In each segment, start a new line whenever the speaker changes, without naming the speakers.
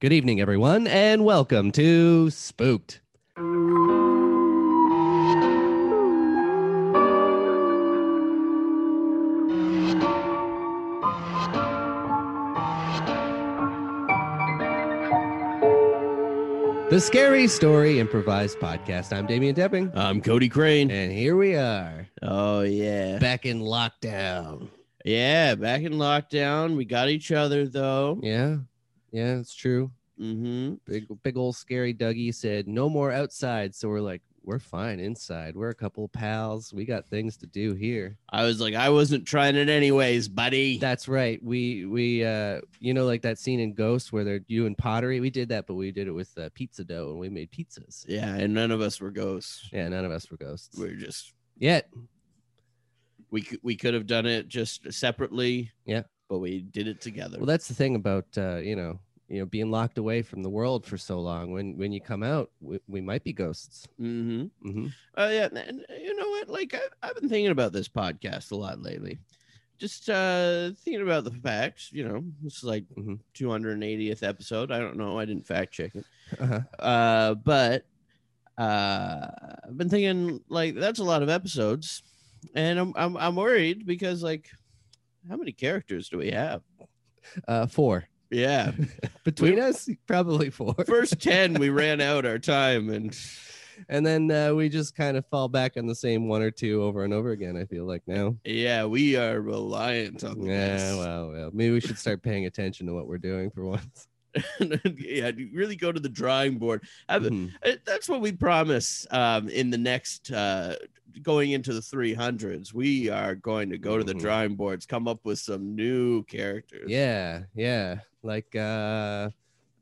Good evening, everyone, and welcome to Spooked. The Scary Story Improvised Podcast. I'm Damian Depping,
I'm Um, Cody Crane.
and here we are
Oh yeah,
back in lockdown.
yeah. Back in lockdown, we got each other though.
Yeah, yeah, it's true.
Mm-hmm.
Big, big old scary Dougie said, "No more outside." So we're like, "We're fine inside. We're a couple pals. We got things to do here."
I was like, I wasn't trying it anyways, buddy.
That's right. We we uh you know like that scene in Ghost where they're doing pottery. We did that, but we did it with uh, pizza dough and we made pizzas.
yeah, and none of us were ghosts.
Yeah, none of us were ghosts
We are just
yet.
we could we could have done it just separately.
Yeah.
but we did it together.
Well, that's the thing about uh, you know you know being locked away from the world for so long. When when you come out, we, we might be ghosts.
mm-hmm.
hmm
Oh yeah, and- and you know what? Like I've, I've been thinking about this podcast a lot lately. Just uh thinking about the facts. You know, this is like
Mhm.
280th episode. I don't know. I didn't fact check it.
Uh-huh.
Uh, but uh, I've been thinking like that's a lot of episodes, and I'm I'm I'm worried because like, how many characters do we have?
Uh, four
Yeah,
between us, probably four.
first ten we ran out our time, and
and then uh, we just kind of fall back on the same one or two over and over again. I feel like now.
yeah, we are reliant on
Yeah,
this.
well, well, maybe we should start paying attention to what we're doing for once.
yeah, you really go to the drawing board. I've-
Mhm.
Uh, That's what we promise um, in the next uh, going into the 300s. We are going to go to the
Mhm.
drawing boards, come up with some new characters.
Yeah, yeah. Like uh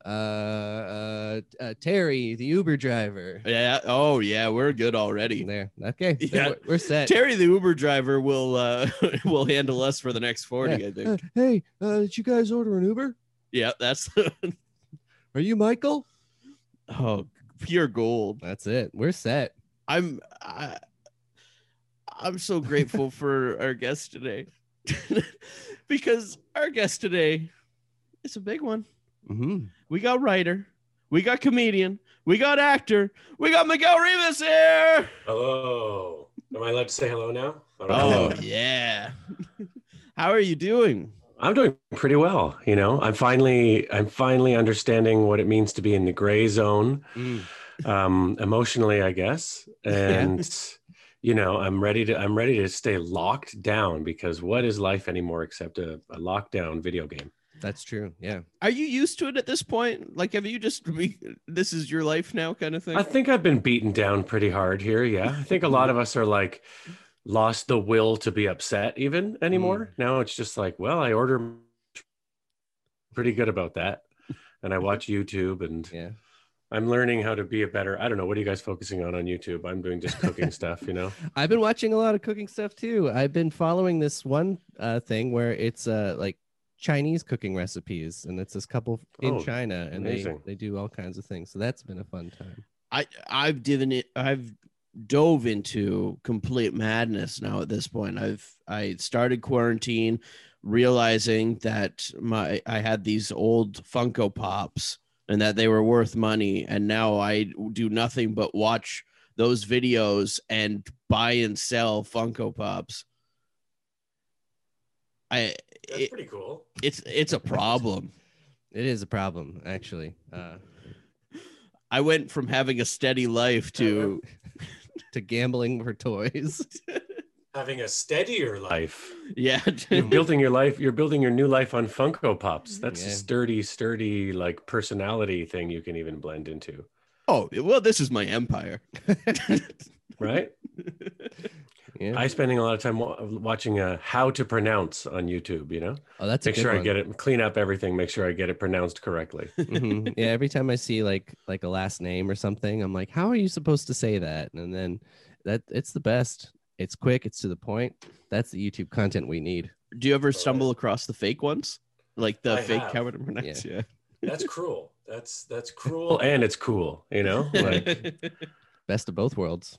uh, uh uh Terry, the Uber driver.
Yeah. Oh, yeah. We're good already.
There. Okay. there,
Yeah.
we're- we're set.
Terry, the Uber driver, will uh, will handle us for the next forty. I
Uh,
think.
hey, uh, did you guys order an Uber?
Yeah, that's
Are you Michael?
oh pure gold.
That's it. We're set.
I'm I, I'm so grateful for our guest today because our guest today is a big one.
Mhm.
We got writer, we got comedian, we got actor, we got Miguel Rivas here.
Hello. Am I allowed to say hello now? All right.
Oh yeah. How are you doing?
I'm doing pretty well. You know, I'm finally, I'm finally understanding what it means to be in the gray zone,
Mm.
um, emotionally, I guess. And you know, I'm ready to, I'm ready to stay locked down because what is life anymore except a, a lockdown video game?
That's true. Yeah.
Are you used to it at this point? Like, have you just re- this is your life now kind of thing?
I think Mm-hmm. I've been beaten down pretty hard here. Yeah, I think a lot of us are like lost the will to be upset even anymore. Now it's just like, well, I order pretty good about that, and I watch YouTube, and
Yeah.
I'm learning how to be a better. I don't know. What are you guys focusing on on YouTube? I'm doing just cooking stuff, you know.
I've been watching a lot of cooking stuff too. I've been following this one uh, thing where it's uh, like Chinese cooking recipes, and it's this couple in
Oh,
China, and
amazing.
they they do all kinds of things. So that's been a fun time.
I I've given it. I've dove into complete madness now at this point. I've I started quarantine, realizing that my I had these old Funko Pops and that they were worth money, and now I do nothing but watch those videos and buy and sell Funko Pops. I it,
pretty cool.
it's it's a problem.
It is a problem, actually, uh,
I went from having a steady life to
to gambling for toys.
Having a steadier life.
yeah.
You're building your life. You're building your new life on Funko Pops. That's
Yeah.
a sturdy, sturdy like personality thing you can even blend into,
Oh, well, this is my empire.
right?
Yeah.
I spending a lot of time wa- watching uh, how to pronounce on YouTube. You know,
oh, that's a
make
good
sure I
one.
get it, clean up everything, make sure I get it pronounced correctly.
Mhm. Yeah. Every time I see like like a last name or something, I'm like, how are you supposed to say that? And then that it's the best. It's quick. It's to the point. That's the YouTube content we need.
Do you ever
Alright.
stumble across the fake ones? Like the
Uh-huh. I
fake
have.
Howard and Burnett? Yeah.
That's cruel. That's that's cruel, and it's cool. You know, like
Best of both worlds.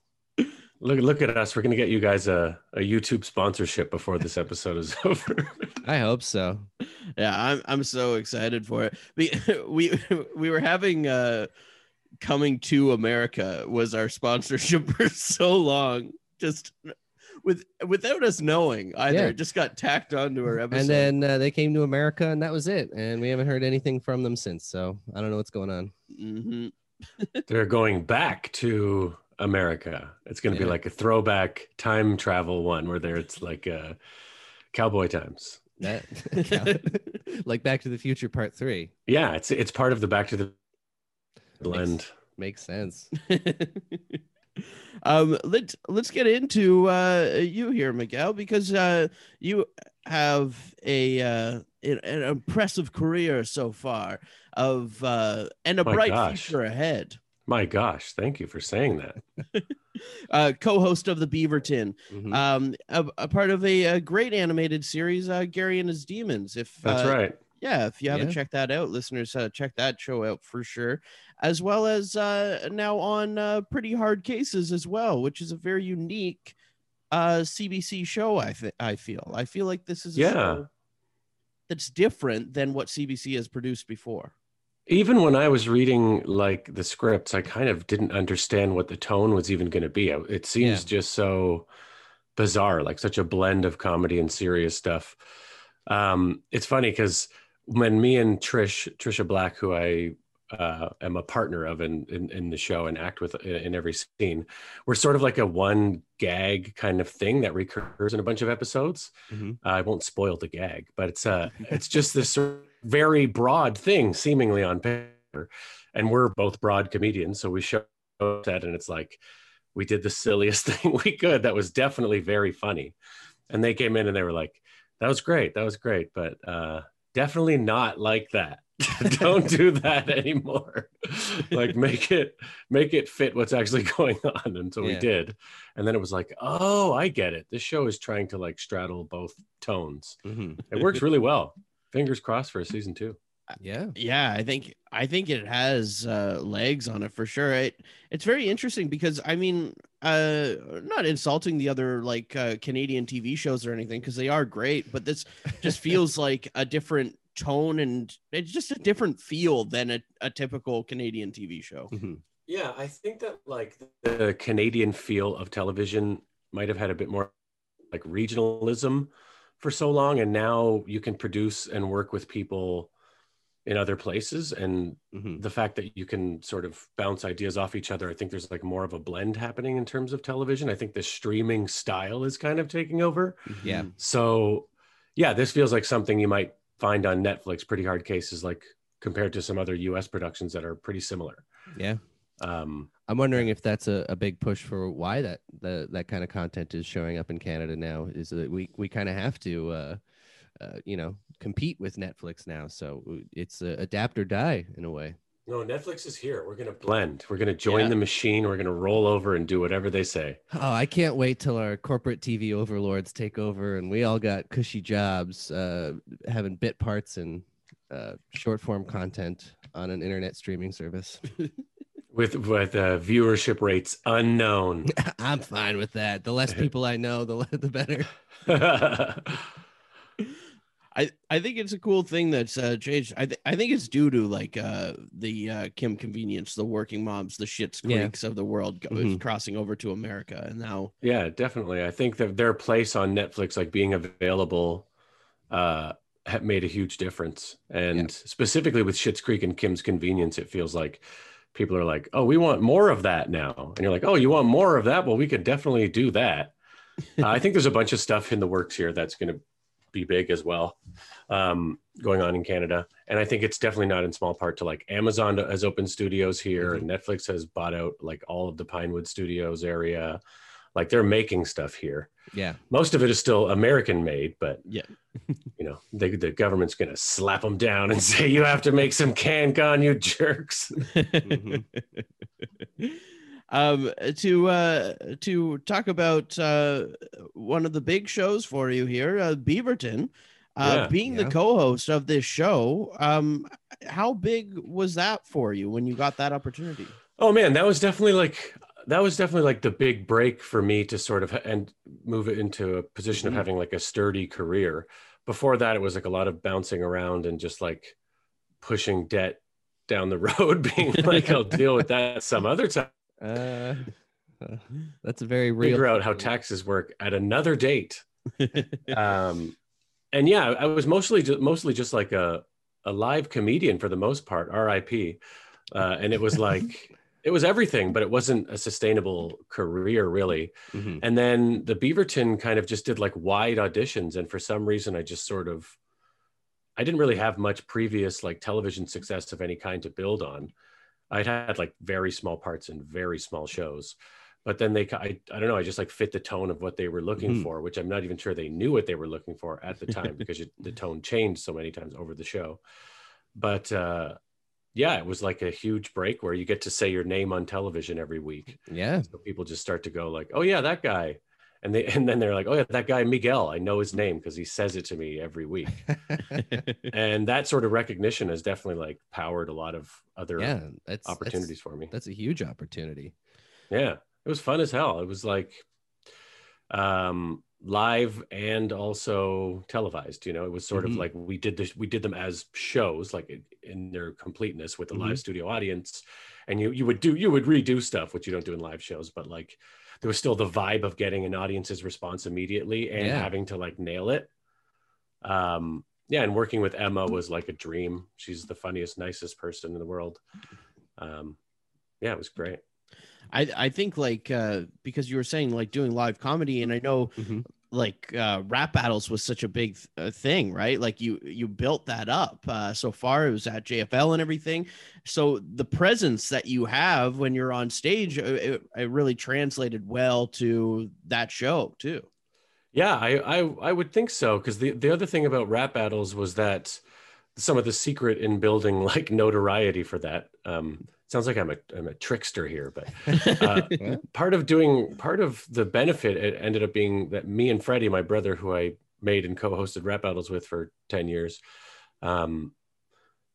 Look, look at us. We're gonna get you guys a, a YouTube sponsorship before this episode is over.
I hope so.
Yeah, I'm I'm so excited for it. We we we were having uh coming to America was our sponsorship for so long. Just with without us knowing either.
Yeah.
It just got tacked onto our episode.
And then uh, they came to America, and that was it. And we haven't heard anything from them since. So I don't know what's going on.
Mhm.
They're going back to America. It's gonna be
Yeah.
like a throwback time travel one where there it's like uh, cowboy times.
That like Back to the Future Part Three
Yeah, it's it's part of the Back to the blend.
makes sense.
um let's let's get into uh you here miguel because uh you have a uh an, an impressive career so far of uh and a
My
bright
gosh.
future ahead
My gosh, thank you for saying that.
uh co-host of the beaverton
Mm-hmm. Uh,
Mhm.
um a, a part of a, a great animated series uh gary and his demons if
That's
uh,
right.
yeah if you haven't
Yeah.
checked that out listeners uh, check that show out for sure as well as uh, now on uh, pretty hard cases as well which is a very unique uh, cbc show i th- i feel i feel like this is a
Yeah.
show that's different than what cbc has produced before
Even when I was reading like the scripts, I kind of didn't understand what the tone was even going to be. I- It seems just so bizarre, like such a blend of comedy and serious stuff. Um, it's funny because when me and Trish, Trisha Black, who I uh, am a partner of in, in in the show and act with in, in every scene, we're sort of like a one gag kind of thing that recurs in a bunch of episodes.
Mhm.
I won't spoil the gag, but it's uh it's just this sort of very broad thing seemingly on paper. And we're both broad comedians, so we show that and it's like we did the silliest thing we could that was definitely very funny. And they came in and they were like, that was great, that was great, but uh definitely not like that. Don't do that anymore. like make it make it fit what's actually going on. And so we
Yeah.
did. And then it was like, oh, I get it. This show is trying to like straddle both tones.
Mhm.
It works really well. Fingers crossed for a season two.
Uh, Yeah.
yeah i think i think it has uh legs on it for sure it it's very interesting because i mean uh not insulting the other like uh, canadian tv shows or anything because they are great but this just feels like a different tone and it's just a different feel than a, a typical canadian tv show
Mhm.
Yeah, I think that like the Canadian feel of television might have had a bit more like regionalism for so long. And now you can produce and work with people in other places and
Mhm.
the fact that you can sort of bounce ideas off each other i think there's like more of a blend happening in terms of television i think the streaming style is kind of taking over
Yeah.
so yeah this feels like something you might find on netflix pretty hard cases like compared to some other us productions that are pretty similar
Yeah.
um
I'm wondering if that's a, a big push for why that the, that kind of content is showing up in Canada now. Is that we we kind of have to, uh, uh, you know, compete with Netflix now. So it's uh, adapt or die in a way.
no netflix is here we're gonna blend we're gonna join
Yeah.
the machine we're gonna roll over and do whatever they say
Oh, I can't wait till our corporate TV overlords take over and we all got cushy jobs, uh, having bit parts and uh, short form content on an internet streaming service.
with with uh, viewership rates unknown
I'm fine with that. The less people I know, the le- the better.
I, I think it's a cool thing that's uh, changed. I, th- I think it's due to like uh, the uh, Kim convenience, the working moms, the shits
Yeah.
creeks of the world go-
Mhm.
crossing over to America, and now
Yeah, definitely. I think that their place on Netflix, like being available, uh, ha- made a huge difference. And specifically with Schitt's Creek and Kim's Convenience, it feels like people are like, "Oh, we want more of that now," and you're like, "Oh, you want more of that? Well, we could definitely do that." Uh, I think there's a bunch of stuff in the works here that's going to be big as well, um, going on in Canada. And I think it's definitely not in small part to like Amazon has opened studios here, and Netflix has bought out like all of the Pinewood Studios area like they're making stuff here
Yeah.
most of it is still american made but
Yeah.
you know they, the government's gonna slap them down and say you have to make some can-con you jerks Mm-hmm.
Mhm.
Mm-hmm. um to uh to talk about uh one of the big shows for you here uh, beaverton uh
Yeah.
being
Yeah.
the co-host of this show um how big was that for you when you got that opportunity
oh man that was definitely like that was definitely like the big break for me to sort of ha- and move it into a position
Mhm.
of having like a sturdy career. Before that, it was like a lot of bouncing around and just like pushing debt down the road, being like, "I'll deal with that some other time."
Uh, uh, that's a very real.
Figure out how taxes work at another date. um, and yeah, I was mostly just, mostly just like a a live comedian for the most part, R.I.P. Uh, and it was like it was everything, but it wasn't a sustainable career really.
Mhm.
And then the Beaverton kind of just did like wide auditions. And for some reason, I just sort of, I didn't really have much previous like television success of any kind to build on. I'd had like very small parts in very small shows. But then they, I, I don't know, I just like fit the tone of what they were looking
Mhm.
for, which I'm not even sure they knew what they were looking for at the time because it, the tone changed so many times over the show. But uh, yeah, it was like a huge break where you get to say your name on television every week.
Yeah.
So people just start to go like, "Oh yeah, that guy," and they and then they're like, "Oh yeah, that guy Miguel. I know his name because he says it to me every week." and that sort of recognition has definitely like powered a lot of other
yeah. That's
opportunities for me.
That's, that's a huge opportunity.
Yeah, it was fun as hell. It was like um live and also televised you know it was sort
Mhm.
of like we did this we did them as shows like in- in their completeness with a live studio audience and you you would do you would redo stuff which you don't do in live shows but like there was still the vibe of getting an audience's response immediately and
Yeah.
having to like nail it um yeah and working with emma was like a dream she's the funniest nicest person in the world um yeah it was great
I I think like uh, because you were saying like doing live comedy, and I know
Mhm.
like uh, rap battles was such a big uh, thing, right? Like you you built that up uh, so far. It was at JFL and everything. So the presence that you have when you're on stage, uh, it, it really translated well to that show too.
Yeah, I I, I would think so because the the other thing about rap battles was that some of the secret in building like notoriety for that. Um, sounds like I'm a I'm a trickster here, but uh, part of doing part of the benefit it ended up being that me and Freddie, my brother, who I made and co-hosted rap battles with for ten years, um,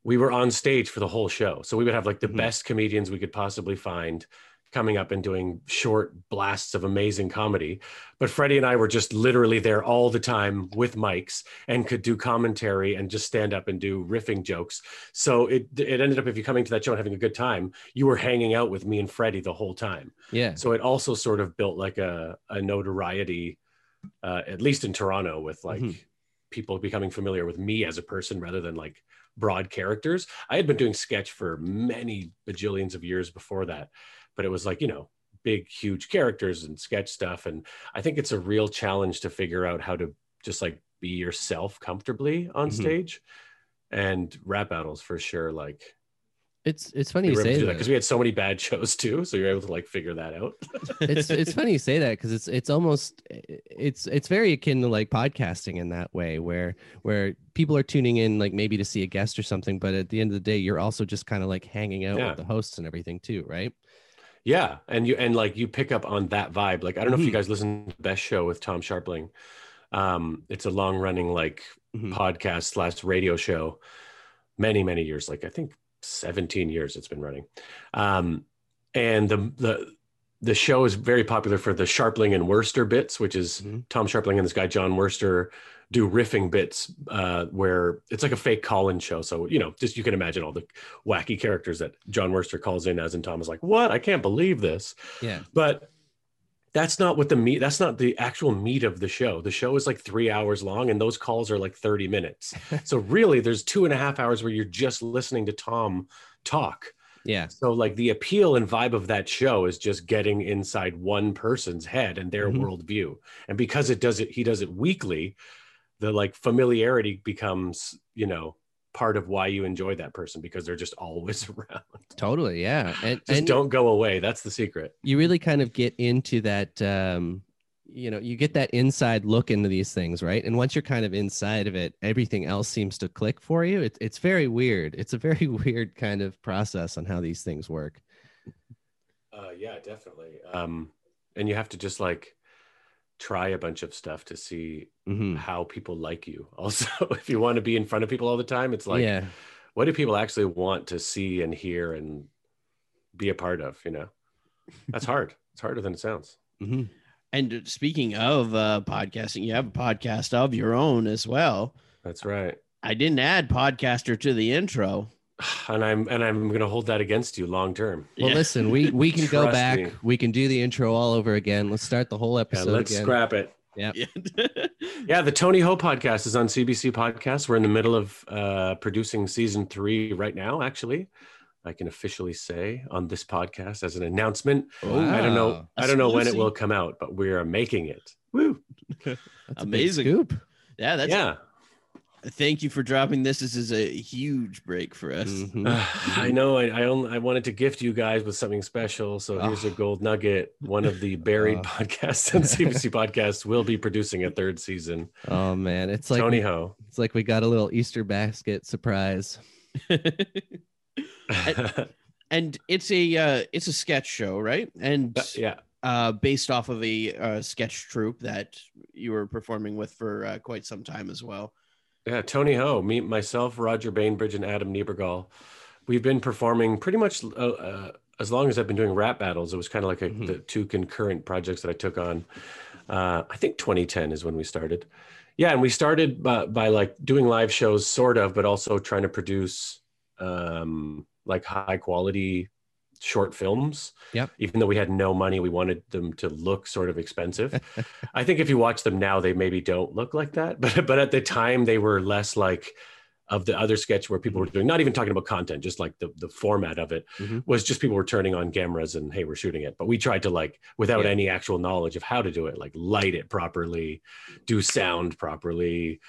we were on stage for the whole show. So we would have like the
Mhm.
best comedians we could possibly find coming up and doing short blasts of amazing comedy. But Freddie and I were just literally there all the time with mics and could do commentary and just stand up and do riffing jokes. So it it ended up if you're coming to that show and having a good time, you were hanging out with me and Freddie the whole time
Yeah.
so it also sort of built like a, a notoriety uh, at least in toronto with like
Mhm.
people becoming familiar with me as a person rather than like broad characters i had been doing sketch for many bajillions of years before that but it was like you know big huge characters and sketch stuff and i think it's a real challenge to figure out how to just like be yourself comfortably on
Mhm.
stage and rap battles for sure like
It's it's funny
we
you
were able to
say
do
that.
that because we had so many bad shows too so you're able to like figure that out
it's it's funny you say that because it's it's almost it's it's very akin to like podcasting in that way where where people are tuning in like maybe to see a guest or something but at the end of the day you're also just kind of like hanging out
Yeah.
with the hosts and everything too right
Yeah, and you and like you pick up on that vibe. Like I don't know if you
Mhm.
guys listen to the best show with Tom Sharpling. Um, it's a long running like
Mhm.
podcast slash radio show, many many years. Like I think seventeen years it's been running, um, and the the the show is very popular for the Sharpling and Worcester bits, which is
Mhm.
Tom Sharpling and this guy John Worcester do riffing bits uh, where it's like a fake call-in show. So you know, just you can imagine all the wacky characters that John Worcester calls in as, and Tom is like, "What? I can't believe this."
yeah
but that's not what the meat that's not the actual meat of the show the show is like three hours long and those calls are like 30 minutes so really there's two and a half hours where you're just listening to tom talk
yeah
so like the appeal and vibe of that show is just getting inside one person's head and their
Mhm.
worldview and because it does it he does it weekly the like familiarity becomes you know part of why you enjoy that person because they're just always around
totally yeah and
just
and
don't go away that's the secret
you really kind of get into that um you know you get that inside look into these things right and once you're kind of inside of it everything else seems to click for you it, it's very weird it's a very weird kind of process on how these things work
Uh, yeah, definitely. Um, and you have to just like try a bunch of stuff to see
Mhm.
how people like you. Also, if you want to be in front of people all the time, it's like,
yeah
what do people actually want to see and hear and be a part of? You know? That's hard. It's harder than it sounds.
Mm-hmm.
hmm
And speaking of uh, podcasting, you have a podcast of your own as well.
That's right.
I didn't add podcaster to the intro.
And I'm and I'm gonna hold that against you long term.
Well,
Yeah.
listen, we we can go
Trust
back.
me.
We can do the intro all over again. Let's start the whole
Yeah,
episode
let's
again.
scrap it. Yeah, the Tony Ho podcast is on CBC Podcast. We're in the middle of uh, producing season three right now, actually. I can officially say on this podcast as an announcement.
Oh,
I don't know.
Wow.
I don't know when it
Exclusive.
will come out, but we are making it. Woo!
That's a big
Amazing.
scoop.
yeah, that's.
yeah,
Thank you for dropping this. This is a huge break for us.
Mm-hmm.
Mhm.
I know. I I, only, I wanted to gift you guys with something special, so here's a
Ah.
gold nugget. One of the buried
Ah.
podcasts on CBC Podcasts will be producing a third season.
Oh man, it's like
Tony Ho.
it's like we got a little Easter basket surprise.
and it's a uh, it's a sketch show, right? And
yeah,
uh, based off of a uh, sketch troupe that you were performing with for uh, quite some time as well.
Yeah, Tony Ho, me, myself, Roger Bainbridge, and Adam Niebergall. We've been performing pretty much uh, uh, as long as I've been doing rap battles. It was kind of like a,
Mhm.
the two concurrent projects that I took on. Uh, I think 2010 is when we started. Yeah, and we started by, by like doing live shows, sort of, but also trying to produce um, like high quality short films.
Yep.
Even though we had no money, we wanted them to look sort of expensive. I think if you watch them now, they maybe don't look like that, but but at the time they were less like of the other sketch where people were doing not even talking about content, just like the the format of it
Mhm.
was just people were turning on cameras and hey, we're shooting it. But we tried to like without
Yeah.
any actual knowledge of how to do it, like light it properly, do sound properly,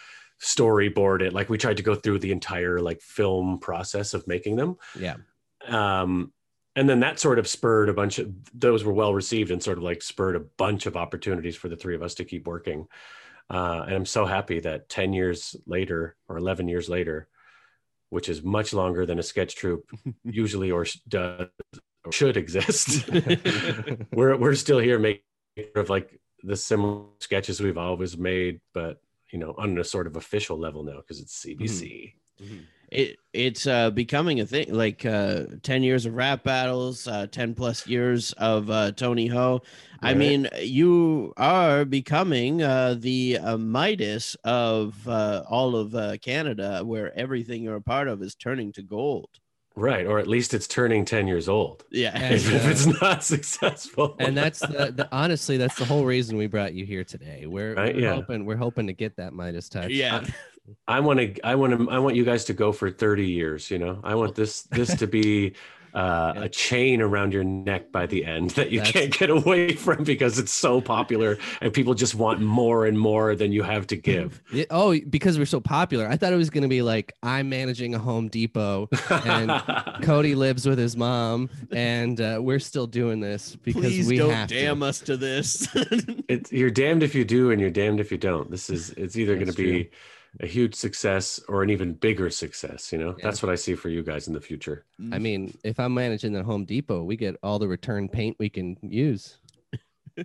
storyboard it. Like we tried to go through the entire like film process of making them
Yeah.
um, and then that sort of spurred a bunch of those were well received and sort of like spurred a bunch of opportunities for the three of us to keep working uh, and i'm so happy that 10 years later or 11 years later which is much longer than a sketch troupe usually or sh- does or should exist we're, we're still here making sort of like the similar sketches we've always made but you know on a sort of official level now because it's cbc
It it's uh, becoming a thing. Like uh, ten years of rap battles, uh, ten plus years of uh, Tony Ho. I
Right.
mean, you are becoming uh, the uh, Midas of uh, all of uh, Canada, where everything you're a part of is turning to gold.
right or at least it's turning 10 years old
Yeah,
Mm-hmm. And,
if, if
uh,
it's not successful.
and that's the, the honestly that's the whole reason we brought you here today. We're,
Right,
we're
yeah.
hoping we're hoping to get that Midas touch.
yeah.
I want to, I want to, I want you guys to go for 30 years. You know, I want this, this to be uh,
Yeah.
a chain around your neck by the end that you
That's-
can't get away from because it's so popular and people just want more and more than you have to give.
Yeah, oh, because we're so popular. I thought it was gonna be like I'm managing a Home Depot. And- Cody lives with his mom, and uh, we're still doing this because
Please
we
don't
have to.
damn us to this.
it's, you're damned if you do and you're damned if you don't. This is, it's either going to
That's
be a huge success or an even bigger success. You know,
Yeah.
that's what I see for you guys in the future.
I mean, if I'm managing the Home Depot, we get all the return paint we can use.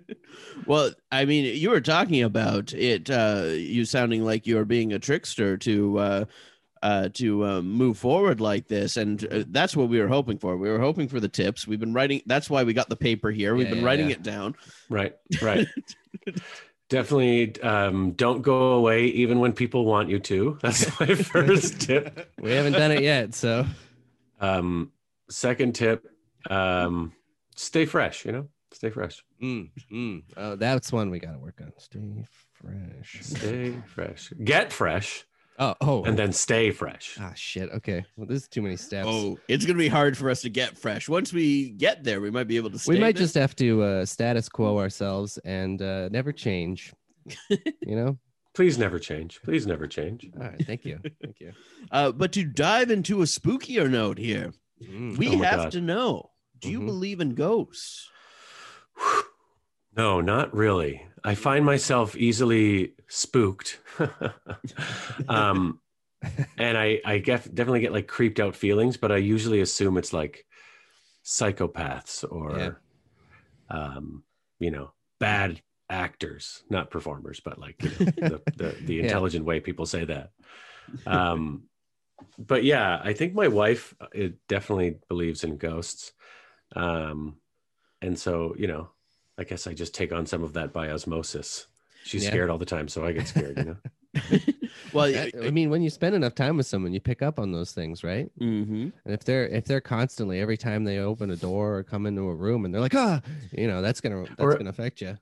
Well, I mean, you were talking about it. Uh, you sounding like you are being a trickster to uh, uh, to uh, move forward like this, and uh, that's what we were hoping for. We were hoping for the tips. We've been writing. That's why we got the paper here. We've
Yeah,
been
yeah,
writing
yeah.
it down.
Right, right. Definitely um, don't go away even when people want you to. That's my first tip.
We haven't done it yet, so
Um, second tip um, stay fresh, you know, stay fresh.
Mm, mm. Oh, that's one we got to work on. Stay fresh.
Stay fresh. Get fresh
Oh, oh,
and then stay fresh.
ah, shit. Okay, well, this is too many steps.
Oh, it's gonna be hard for us to get fresh. Once we get there, we might be able to.
we
stay
might
there.
just have to uh, status quo ourselves and uh, never change. you know.
Please never change. Please never change.
All right. Thank you. Thank you.
Uh, but to dive into a spookier note here,
Mm.
we
Oh my
have
God.
to know: Do you
Mhm.
believe in ghosts?
No, not really. I find myself easily spooked. um, and I, I gef- definitely get like creeped out feelings, but I usually assume it's like psychopaths or,
Yeah.
um, you know, bad actors, not performers, but like you know, the, the, the
Yeah.
intelligent way people say that. Um, but yeah, I think my wife uh, it definitely believes in ghosts. Um, And so, you know, I guess I just take on some of that by osmosis. She's
Yeah.
scared all the time, so I get scared, you know.
well,
That- uh, I mean, when you spend enough time with someone, you pick up on those things, right?
mm-hmm.
And if they're if they're constantly every time they open a door or come into a room and they're like ah, you know that's gonna that's
Or-
gonna affect you.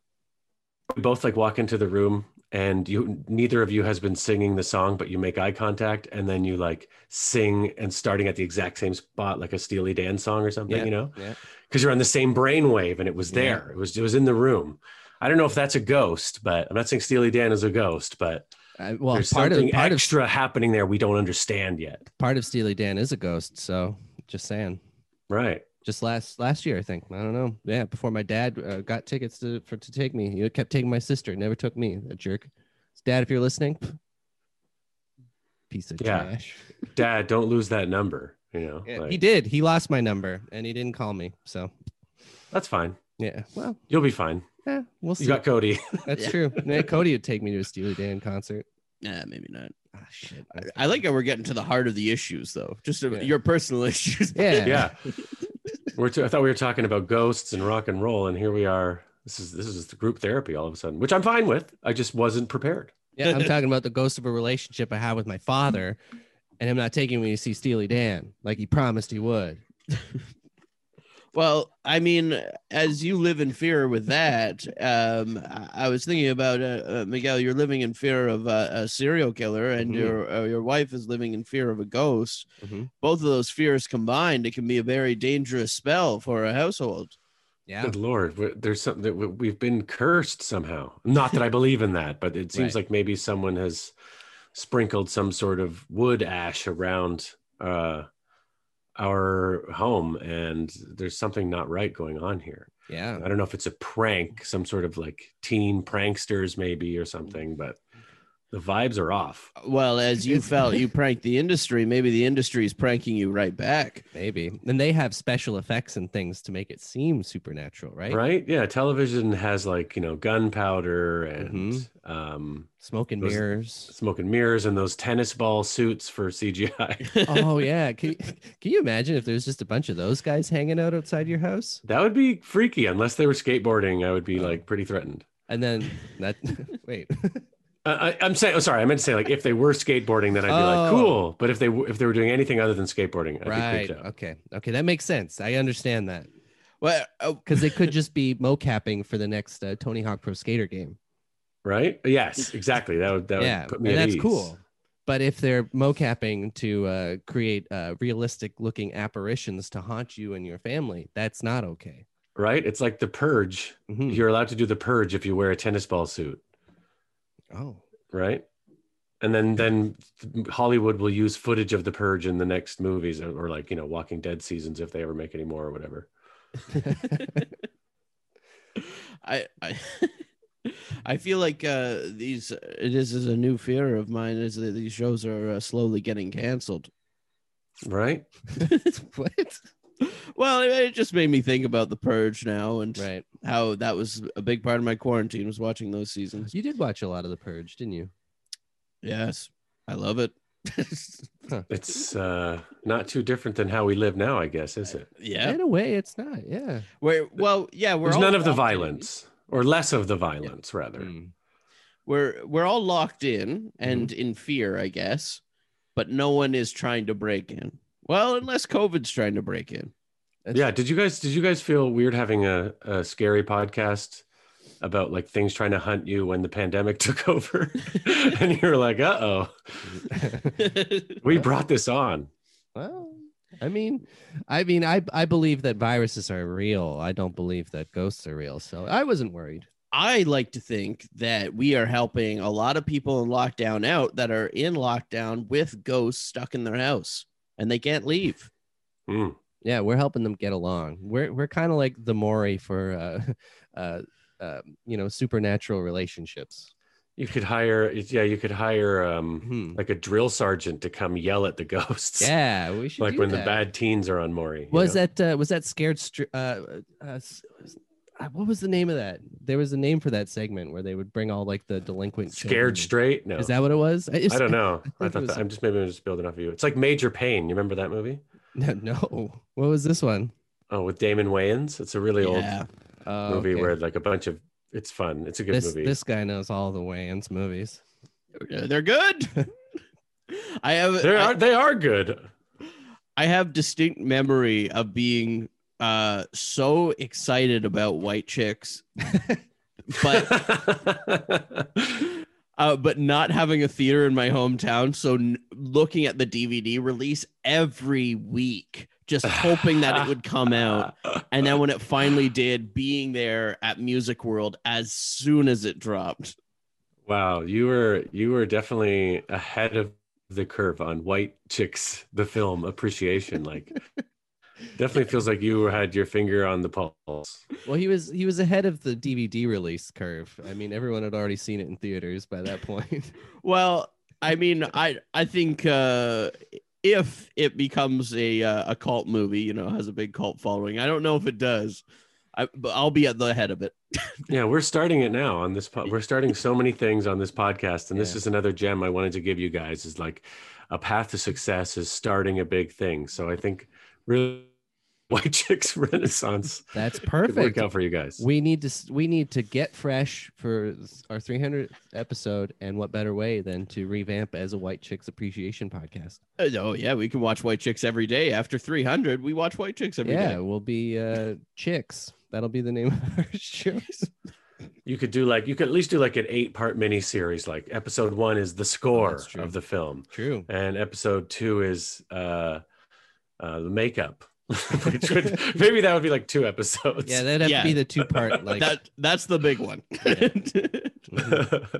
We both like walk into the room and you neither of you has been singing the song, but you make eye contact and then you like sing and starting at the exact same spot, like a Steely Dan song or something,
Yeah.
you know?
Yeah.
Because you're on the same brainwave and it was
Yeah.
there. It was it was in the room. I don't know if that's a ghost, but I'm not saying Steely Dan is a ghost, but
I, well,
there's
part
something
of part of
extra happening there we don't understand yet.
part of Steely Dan is a ghost. So just saying.
Right.
Just last last year, I think. I don't know. Yeah, before my dad uh, got tickets to for to take me, he kept taking my sister. Never took me. That jerk. Dad, if you're listening, piece of
Yeah.
trash.
Dad, don't lose that number, you know.
Yeah,
like,
he did. He lost my number and he didn't call me. So
That's fine.
yeah. Well,
You'll be fine.
yeah, we'll see.
You got Cody.
That's
Yeah.
true. Man, Cody would take me to a Steely Dan concert.
yeah, maybe not.
Ah, shit.
I, I like how we're getting to the heart of the issues, though. Just
Yeah.
your personal issues.
Yeah.
yeah we're t- i thought we were talking about ghosts and rock and roll and here we are this is this is the group therapy all of a sudden which i'm fine with i just wasn't prepared
Yeah, I'm talking about the ghost of a relationship I had with my father, and him not taking me to see Steely Dan like he promised he would.
Well, I mean, as you live in fear with that, um, I, I was thinking about uh, uh, Miguel. You're living in fear of uh, a serial killer, and
Mhm.
your uh, your wife is living in fear of a ghost.
Mhm.
Both of those fears combined, it can be a very dangerous spell for a household.
Yeah,
good lord we there's something that we- we've been cursed somehow not that i believe in that but it seems
Right.
like maybe someone has sprinkled some sort of wood ash around uh our home and there's something not right going on here
yeah.
I don't know if it's a prank, some sort of like teen pranksters maybe or something, but the vibes are off.
Well, as you
It's-
felt, you pranked the industry. Maybe the industry is pranking you right back.
Maybe. And they have special effects and things to make it seem supernatural, right?
Right? Yeah, television has like, you know, gunpowder and
Mm-hmm.
um
Smoke and
Those-
mirrors.
smoke and mirrors and those tennis ball suits for CGI.
oh yeah. Can, can you imagine if there's just a bunch of those guys hanging out outside your house?
that would be freaky unless they were skateboarding, I would
Oh.
be like pretty threatened.
And then that wait.
Uh, I, I'm saying, oh, sorry, I meant to say like if they were skateboarding, then I'd be
Oh.
like cool. But if they w- if they were doing anything other than skateboarding, I'd be
right.
freaked out.
Okay. Okay. That makes sense. I understand that.
Well, uh,
Because they could just be mocapping for the next uh, Tony Hawk Pro Skater game.
Right? Yes, exactly. That would that
yeah,
would put me
and
at
that's
ease.
cool. But if they're mocapping to uh, create uh, realistic-looking apparitions to haunt you and your family, that's not okay.
Right? It's like the purge.
Mhm.
You're allowed to do the purge if you wear a tennis ball suit,
Oh,
right? And then then Hollywood will use footage of the purge in the next movies or, or like, you know, Walking Dead seasons if they ever make any more or whatever.
I I I feel like uh, these this is a new fear of mine is that these shows are uh, slowly getting canceled.
Right?
what?
Well, it, it just made me think about the purge now and
Right.
how that was a big part of my quarantine was watching those seasons.
You did watch a lot of The Purge, didn't you?
Yes, I love it.
It's uh not too different than how we live now, I guess, is it?
yeah,
In a way, it's not. Yeah.
we're well, yeah, we're
There's
all
none of the
locked in.
violence or less of the violence rather.
Mm.
We're we're all locked in and
Mm-hmm.
in fear, I guess, but no one is trying to break in. Well, unless COVID's trying to break in.
That's-
yeah did you guys did you guys feel weird having a, a scary podcast about like things trying to hunt you when the pandemic took over and you're like uh-oh we brought this on
Well, I mean, I mean, I I believe that viruses are real. I don't believe that ghosts are real. So I wasn't worried.
I like to think that we are helping a lot of people in lockdown out that are in lockdown with ghosts stuck in their house and they can't leave.
Mm.
Yeah, we're helping them get along. We're we're kind of like the Maury for uh, uh, uh, you know supernatural relationships.
you could hire yeah you could hire
Mm-hmm.
um
Hmm.
like a drill sergeant to come yell at the ghosts
Yeah, we should
like
do
when the
that.
bad teens are on maury you
was
know?
that uh, was that scared. Str- uh, uh, s- uh, what was the name of that? There was a name for that segment where they would bring all like the delinquent.
scared
children.
straight no
Is that what it was?
i don't know i,
think it
thought
was-
that i'm just maybe i'm just building off of you it's like major pain you remember that movie
No, no. What was this one?
Oh, with Damon Wayans. It's a really
yeah.
Oh,
old movie
okay.
where like a bunch of it's fun. It's a good
this
movie.
this guy knows all the Wayans movies.
Yeah, They're good. I have
they
I-
are they are good.
I have distinct memory of being uh so excited about white chicks, but uh, but not having a theater in my hometown. So n- looking at the DVD release every week, just hoping that it would come out, and then when it finally did, being there at Music World as soon as it dropped.
wow, you were you were definitely ahead of the curve on White Chicks, the film appreciation. Like, definitely feels like you had your finger on the pulse.
Well, he was he was ahead of the DVD release curve. I mean, everyone had already seen it in theaters by that point.
Well, I mean, I I think uh, if it becomes a uh, a cult movie, you know, has a big cult following. I don't know if it does, I, but I'll be at the head of it.
Yeah, we're starting it now on this. Po- we're starting so many things on this podcast, and this
Yeah.
is another gem I wanted to give you guys. Is like a path to success is starting a big thing. So I think really white chicks renaissance
That's
could work
perfect.
out for you guys.
We need to s- we need to get fresh for our 300th episode, and what better way than to revamp as a White Chicks Appreciation Podcast?
Uh, Oh yeah, we can watch White Chicks every day. After three hundred, we watch White Chicks every day.
yeah, we'll be uh, chicks. That'll be the name of our shows.
you could do like you could at least do like an eight part mini series. Like episode one is the score
That's true.
of the film,
True.
and episode two is uh, uh, the makeup. Which would, maybe that would be like two episodes.
Yeah, that'd have
Yeah.
to be the two part. Like,
that that's the big one.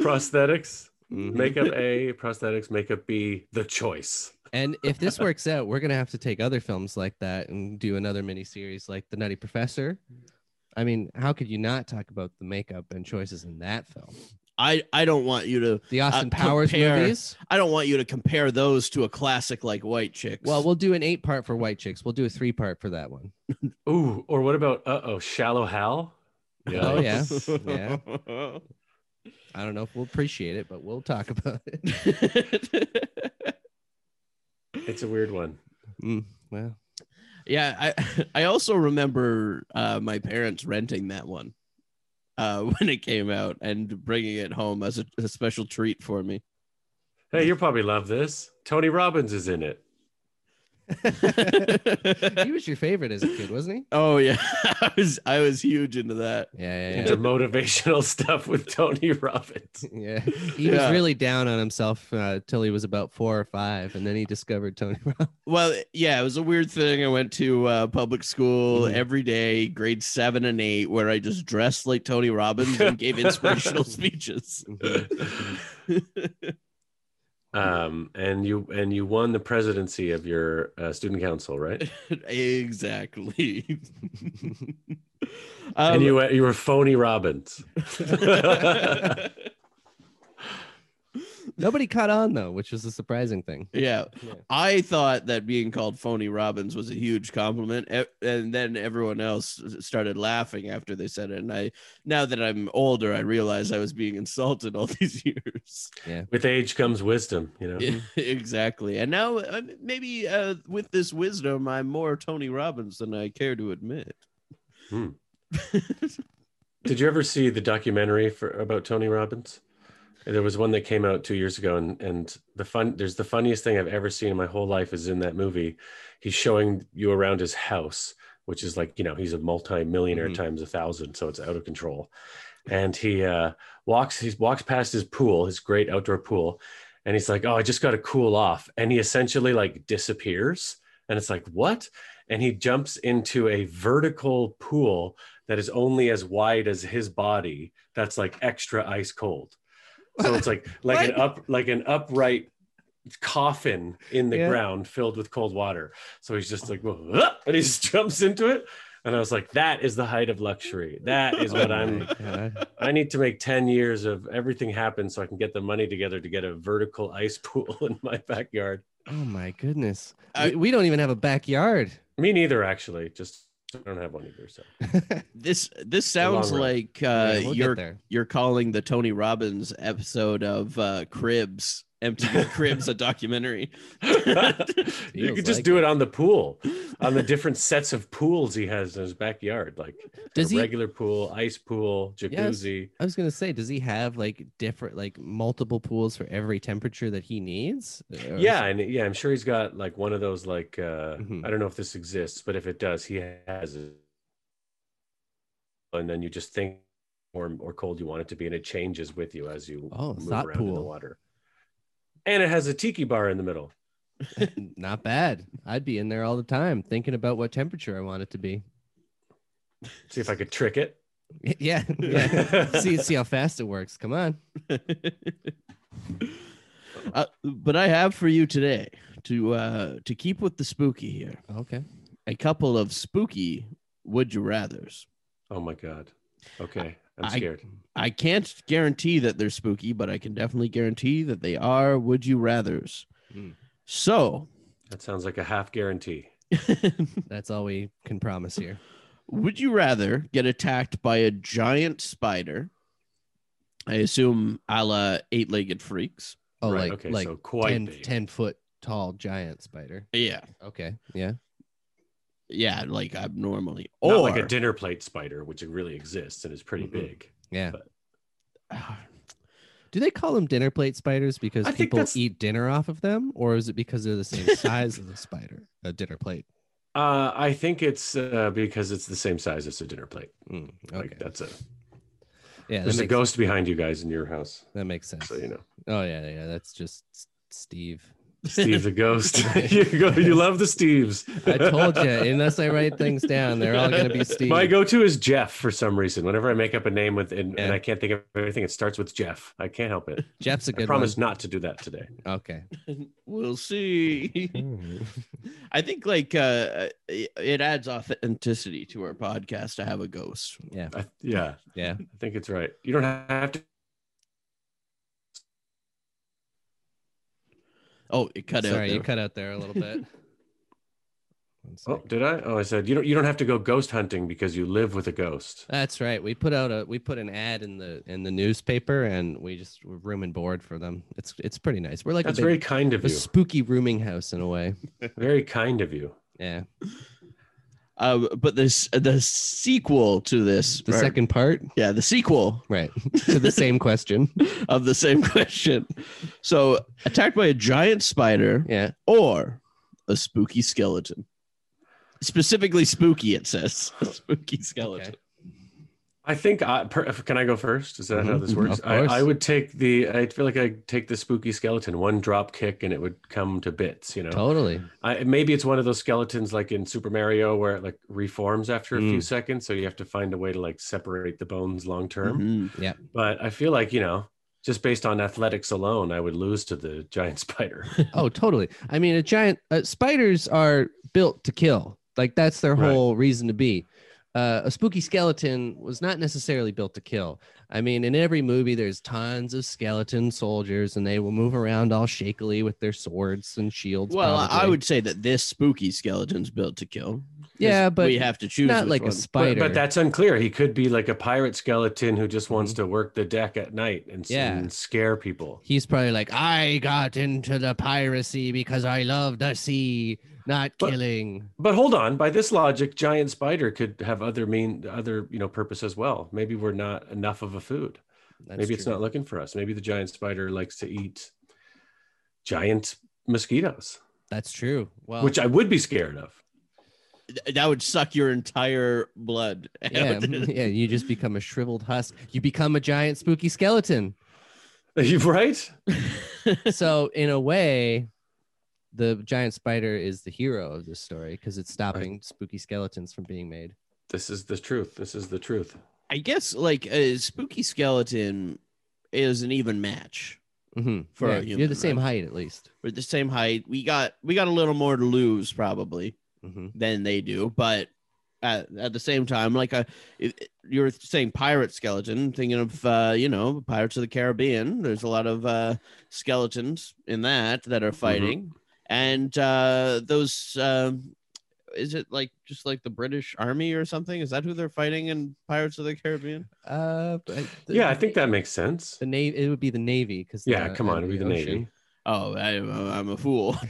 prosthetics.
Mhm.
makeup A, prosthetics, makeup B, the choice.
and if this works out, we're gonna have to take other films like that and do another mini series like The Nutty Professor. I mean, how could you not talk about the makeup and choices in that film?
I I don't want you to
The Austin
Uh,
Powers
compare-
movies.
I don't want you to compare those to a classic like White Chicks.
Well, we'll do an eight part for White Chicks. We'll do a three part for that one.
Ooh, or what about uh oh, shallow Hal?
Oh, yeah.
yeah.
I don't know if we'll appreciate it, but we'll talk about it.
it's a weird one.
Mm, well,
yeah, I I also remember uh, my parents renting that one uh, when it came out and bringing it home as a, as a special treat for me.
Hey, you'll probably love this. Tony Robbins is in it.
he was your favorite as a kid, wasn't he?
oh yeah, I was I was huge into that.
Yeah, yeah, yeah.
The motivational stuff with Tony Robbins.
Yeah, he
Yeah.
was really down on himself uh, till he was about four or five, and then he discovered Tony Robbins.
Well, yeah, it was a weird thing. I went to uh, public school
Mhm.
every day, grade seven and eight, where I just dressed like Tony Robbins and gave inspirational speeches.
um, and you and you won the presidency of your uh, student council, right?
exactly.
and
um,
you uh, you were phony Robbins.
Um,
Nobody caught on though, which was a surprising thing.
yeah,
Yeah.
I thought that being called phony Robbins was a huge compliment, e- and then everyone else started laughing after they said it. And I, now that I'm older, I realize I was being insulted all these years.
with age comes wisdom, you
Uh-huh.
know.
exactly. And now uh, maybe uh, with this wisdom, I'm more Tony Robbins than I care to admit.
Did you ever see the documentary for about Tony Robbins? There was one that came out two years ago, and and the fun there's the funniest thing I've ever seen in my whole life is in that movie. He's showing you around his house, which is like you know he's a multi-millionaire
Mhm.
times a thousand, so it's out of control. And he uh, walks he walks past his pool, his great outdoor pool, and he's like, "Oh, I just got to cool off," and he essentially like disappears, and it's like, "What?" And he jumps into a vertical pool that is only as wide as his body that's like extra ice cold so it's like like an up like an upright coffin in the
Yeah. Oh.
ground filled with cold water so he's just like "Whoa," and he just jumps into it and i was like that is the height of luxury that is what
Oh
i'm
my God.
i need to make 10 years of everything happen so i can get the money together to get a vertical ice pool in my backyard
Oh my goodness,
I-
we, we don't even have a backyard.
me neither actually just i don't have one either so
This this
long
sounds
road.
like uh,
Yeah, we'll get
you're
there.
you're calling the Tony Robbins episode of uh, Cribs MTV Cribs, a documentary.
you
Feels
could just
like
do it on the pool, on the different sets of pools he has in his backyard, like
Does
a
he?
regular pool, ice pool,
Yes.
jacuzzi.
I was gonna say, does he have like different, like multiple pools for every temperature that he needs? Or-
Yeah, and yeah, I'm sure he's got like one of those like uh
Mhm.
I don't know if this exists, but if it does, he has it. And then you just think warm or cold you want it to be, and it changes with you as you
Oh,
move
thought
around in the
pool.
water. And it has a tiki bar in the middle.
not bad. I'd be in there all the time thinking about what temperature I want it to be.
See if I could trick it.
Yeah, yeah. see, see how fast it works. Come on.
Uh, but I have for you today to uh, to keep with the spooky here.
Okay.
A couple of spooky would you rather's.
oh my god. Okay. I'm
I-
scared.
I can't guarantee that they're spooky, but I can definitely guarantee that they are would you rather's.
Hmm.
So,
That sounds like a half guarantee.
That's all we can promise here.
would you rather get attacked by a giant spider? I assume a la eight legged freaks.
Oh,
Right,
like
okay,
like
so quite
10,
big.
10 foot tall giant spider.
Yeah.
Okay. Yeah.
Yeah. Like abnormally.
Not
Or
like a dinner plate spider, which really exists and is pretty
Mhm.
big.
Yeah.
Ah,
Do they call them dinner plate spiders because
I think
people
that's-
eat dinner off of them, or is it because they're the same size as a spider, a dinner plate?
Uh, I think it's uh, because it's the same size as a dinner plate.
Mm, okay.
Like that's a
yeah. That
there's
makes,
a ghost behind you guys in your house,
that makes sense.
so you know
Oh yeah, yeah. That's just S- Steve.
Steve the ghost. you go, you love the Steves.
I told you, unless I write things down, they're all gonna be Steve.
My go-to is Jeff for some reason. Whenever I make up a name with and, and
Yeah.
I can't think of anything, it starts with Jeff. I can't help it.
Jeff's a
I
good one.
promise not to do that today.
Okay.
we'll see. I think like uh, it it adds authenticity to our podcast to have a ghost.
Yeah.
I, yeah,
Yeah.
I think it's right. You don't have to.
Oh, it cut out.
Sorry, you
there.
cut out there a little bit. One
Oh,
sec.
did I? Oh, I said you don't. You don't have to go ghost hunting because you live with a ghost.
That's right. We put out a we put an ad in the in the newspaper, and we just we're room and board for them. It's it's pretty nice. We're like
That's
a, big,
very kind of
a
you.
spooky rooming house in a way.
Very kind of you.
Yeah.
Uh, but this the sequel to this,
The
or-
second part,
yeah, the sequel
right, to the same question.
of the same question. So, attacked by a giant spider
Yeah.
or a spooky skeleton. Specifically, spooky. It says spooky skeleton.
Okay.
I think I per, can I go first? Is that how
Mhm.
this works?
Of
I,
course.
I would take the. I feel like I would take the spooky skeleton, one drop kick, and it would come to bits. You know,
Totally.
I, maybe it's one of those skeletons like in Super Mario where it like reforms after a few
Mm.
seconds, so you have to find a way to like separate the bones long term.
Mhm.
Mm-hmm.
But I feel like you know, just based on athletics alone, I would lose to the giant spider.
Oh, totally. I mean, a giant uh, spiders are built to kill. Like that's their
Right.
whole reason to be. Uh, a spooky skeleton was not necessarily built to kill. I mean, in every movie, there's tons of skeleton soldiers, and they will move around all shakily with their swords and shields.
Well, I- I
probably.
would say that this spooky skeleton's built to kill. 'Cause
Yeah, but
we have to choose
not
which
like a
one.
spider.
But, but that's unclear. He could be like a pirate skeleton who just wants
Mhm.
to work the deck at night and, s-
Yeah.
and scare people.
He's probably like, I got into the piracy because I love the sea, not
But-
killing.
But hold on, by this logic, giant spider could have other mean other, you know, purpose as well. Maybe we're not enough of a food.
That's
Maybe it's
true.
not looking for us. Maybe the giant spider likes to eat giant mosquitoes,
That's true. Well,
which I would be scared of.
Th- that would suck your entire blood. out.
yeah, yeah, you just become a shriveled husk. You become a giant spooky skeleton.
You right?
so in a way the giant spider is the hero of this story because it's stopping spooky skeletons from being made
This is the truth. This is the truth.
I guess like a spooky skeleton is an even match.
Mhm.
For a
Yeah, you're
human,
the same
right?
height at least
We're the same height. We got we got a little more to lose probably
Mhm.
than they do, but at, at the same time, like a if- you're saying pirate skeleton, thinking of uh, you know Pirates of the Caribbean. There's a lot of uh, skeletons in that that are fighting, and uh, those um, is it like just like the British Army or something? Is that who they're fighting in Pirates of the Caribbean?
uh but the,
yeah, I think that makes sense.
the navy it would be the navy because
Yeah, come on, it'd be the Navy.
oh, I, I'm a fool.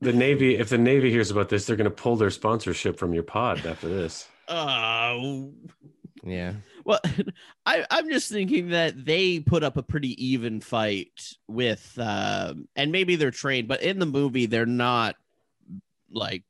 The Navy, if the Navy hears about this, they're going to pull their sponsorship from your pod after this.
Oh,
yeah.
well, I, I'm just thinking that they put up a pretty even fight with, um, and maybe they're trained, but in the movie, they're not like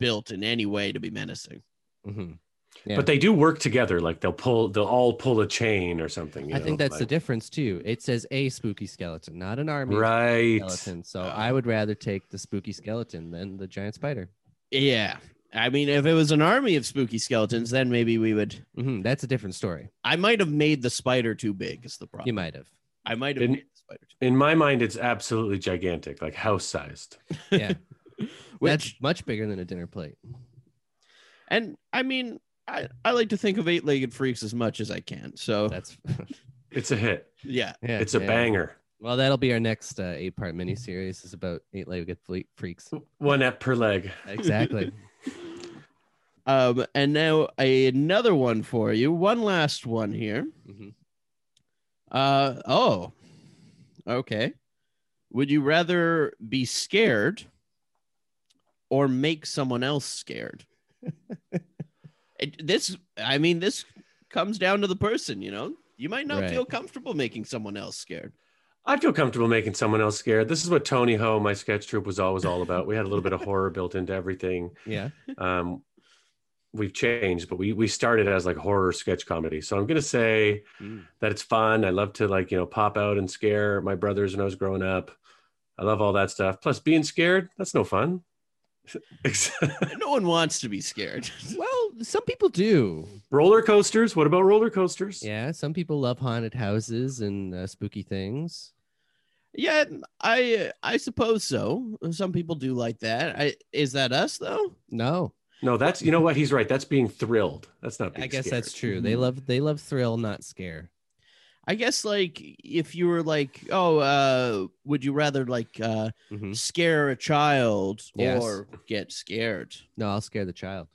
built in any way to be menacing.
Mhm. Yeah.
But they do work together. Like they'll pull, they'll all pull a chain or something. you
I think
know,
that's the
like-
difference too. It says a spooky skeleton, not an army
right.
skeleton. So I would rather take the spooky skeleton than the giant spider.
Yeah. I mean, if it was an army of spooky skeletons, then maybe we would.
hmm That's a different story.
I might have made the spider too big, is the problem.
You might have.
I might have
Didn't-
made the spider too
In my mind, it's absolutely gigantic, like house sized.
Yeah.
Which-
That's much bigger than a dinner plate.
And I mean, I, I like to think of eight legged freaks as much as I can. So,
That's
It's a hit.
yeah.
yeah,
Oh, It's a
yeah.
banger.
Well, that'll be our next uh, eight part miniseries. is about eight legged fleet freaks.
One ep per leg.
Exactly.
Um, and now another one for you. One last one here.
Mhm.
Uh, oh, okay. Would you rather be scared or make someone else scared? It- this, I mean, this comes down to the person, you know? You might not
Right.
feel comfortable making someone else scared.
I feel comfortable making someone else scared. This is what Tony Ho, my sketch troupe, was always all about. We had a little bit of horror built into everything.
Yeah.
Um, we've changed, but we we started as like horror sketch comedy. So I'm gonna say
Mm.
that it's fun. I love to like you know pop out and scare my brothers when I was growing up. I love all that stuff. Plus, being scared that's no fun.
no one wants to be scared.
Well, some people do.
roller coasters. What about roller coasters?
Yeah. Some people love haunted houses and uh, spooky things.
yeah, I I suppose so. Some people do like that. I is that us though?
No,
No, that's you know what he's right. That's being thrilled. That's not. Being
I guess
scared.
that's true. They love they love thrill, not scare.
I guess like if you were like, oh, uh, would you rather like uh,
Mm-hmm.
Mhm.
scare a child
Yes.
or get scared?
No, I'll scare the child.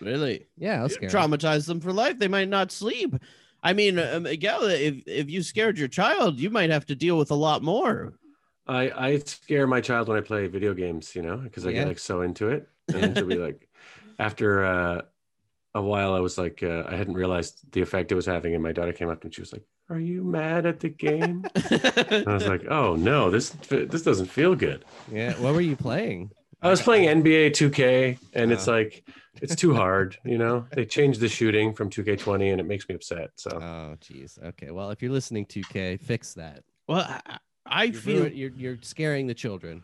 Really,
Yeah, I'll scare. 'em.
traumatize them for life. They might not sleep. I mean, uh, Miguel, if if you scared your child, you might have to deal with a lot more.
I I scare my child when I play video games, you know, because I
Yeah.
get like so into it, and then she'll be like, after uh, a while, I was like, uh, I hadn't realized the effect it was having, and my daughter came up to me, she was like, "Are you mad at the game?" and I was like, "Oh no, this this doesn't feel good."
Yeah, what were you playing?
I was playing NBA 2K, and it's
Oh.
like it's too hard, you know. They changed the shooting from 2K20, and it makes me upset. So
Oh, geez. Okay. Well, if you're listening, 2K, fix that.
well, I, I
You're,
feel
ruin- you're you're scaring the children.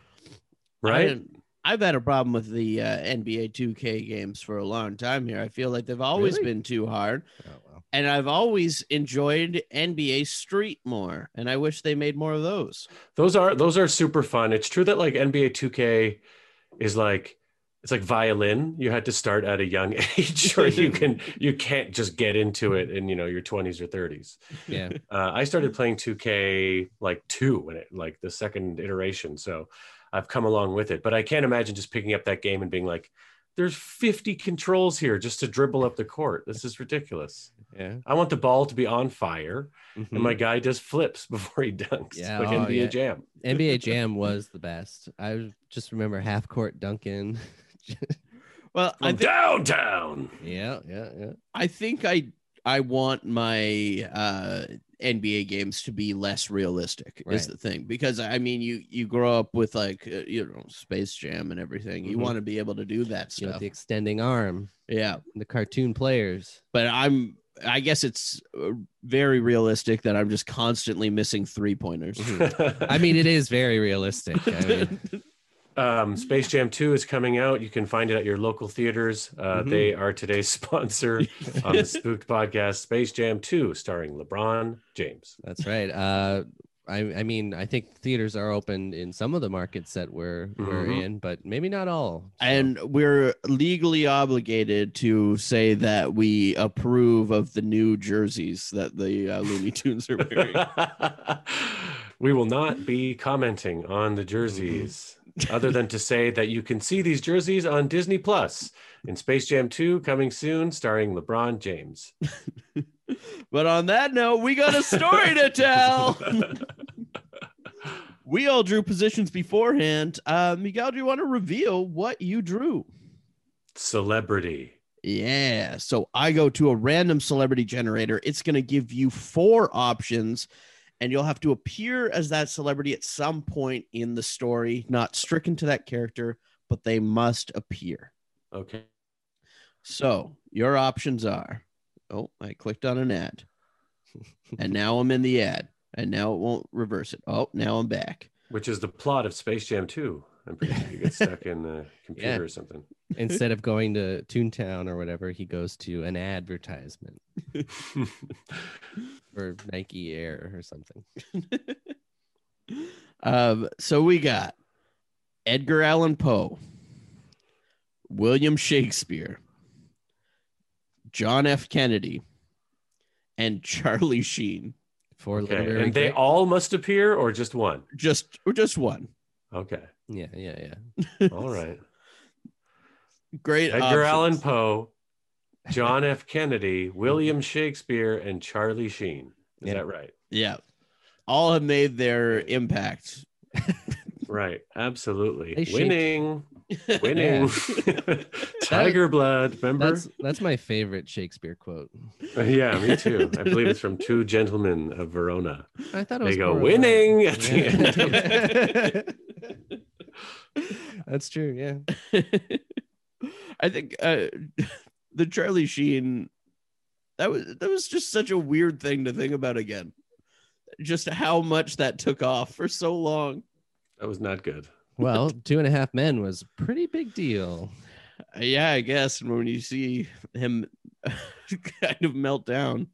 I
right,
don't- I've had a problem with the uh, NBA 2K games for a long time here. I feel like they've always
Really?
been too hard.
Oh well.
and I've always enjoyed NBA Street more, and I wish they made more of those.
those are those are super fun it's true that like nba 2k is like it's like violin you had to start at a young age or you can you can't just get into it in you know your 20s or 30s
Yeah.
uh, i started playing 2k like two when it like the second iteration so i've come along with it but i can't imagine just picking up that game and being like there's 50 controls here just to dribble up the court this is ridiculous
Yeah.
i want the ball to be on fire
Mhm.
and my guy just flips before he dunks
Yeah,
like
oh,
nba
yeah.
jam
NBA Jam was the best. I just remember half court dunking.
Well,
Oh.
I,
from
thi-
downtown.
yeah, yeah, yeah.
I think I I want my uh, NBA games to be less realistic is
Right.
the thing because I mean you you grow up with like uh, you know Space Jam and everything. You
Mhm.
want to be able to do that
You know,
stuff.
the extending arm,
yeah,
the cartoon players.
but I'm. I guess it's uh, very realistic that I'm just constantly missing three pointers.
Mm-hmm. I mean, it is very realistic. I mean,
um, Space Jam 2 is coming out. You can find it at your local theaters. Uh,
Mhm.
They are today's sponsor on the Spooked podcast, Space Jam 2, starring LeBron James.
That's right. Uh, I, I mean, I think theaters are open in some of the markets that we're we're
Mhm.
in, but maybe not all. so-
Mm-hmm. and we're legally obligated to say that we approve of the new jerseys that the uh, Looney Tunes are wearing.
we will not be commenting on the jerseys other than to say that you can see these jerseys on Disney Plus in Space Jam 2 coming soon, starring LeBron James.
but on that note, we got a story to tell. we all drew positions beforehand. Uh, Miguel, do you want to reveal what you drew?
Celebrity.
Yeah. So I go to a random celebrity generator. It's going to give you four options, and you'll have to appear as that celebrity at some point in the story, not stricken to that character, but they must appear.
Okay.
So your options are oh, I clicked on an ad, and now I'm in the ad, and now it won't reverse it. Oh, now I'm back.
Which is the plot of Space Jam 2. I'm pretty sure you get stuck in the computer
Yeah.
or something.
Instead of going to Toontown or whatever, he goes to an advertisement for Nike Air or something.
Um, so we got Edgar Allan Poe, William Shakespeare, John F. Kennedy, and Charlie Sheen.
For
okay.
literary
And they
great-
all must appear or just one?
Just or just one.
Okay.
Yeah, yeah, yeah.
All right.
Great.
Edgar Allan
options.
Poe, John F. Kennedy, William Shakespeare, and Charlie Sheen. Is
Mm-hmm. Yeah.
that right?
Yeah. All have made their impact.
Right. Absolutely.
They shaped-
Winning. Winning. Tiger blood. Remember?
That's that's my favorite Shakespeare quote.
Yeah, me too. I believe it's from Two Gentlemen of Verona.
I thought it
They
was
go,
more of a-
"Winning!" at the
That's true. Yeah.
I think uh, the Charlie Sheen that was that was just such a weird thing to think about again. Just how much that took off for so long.
That was not good.
Well, Two and a Half Men was a pretty big deal.
Uh, Yeah, I guess. And when you see him kind of melt down,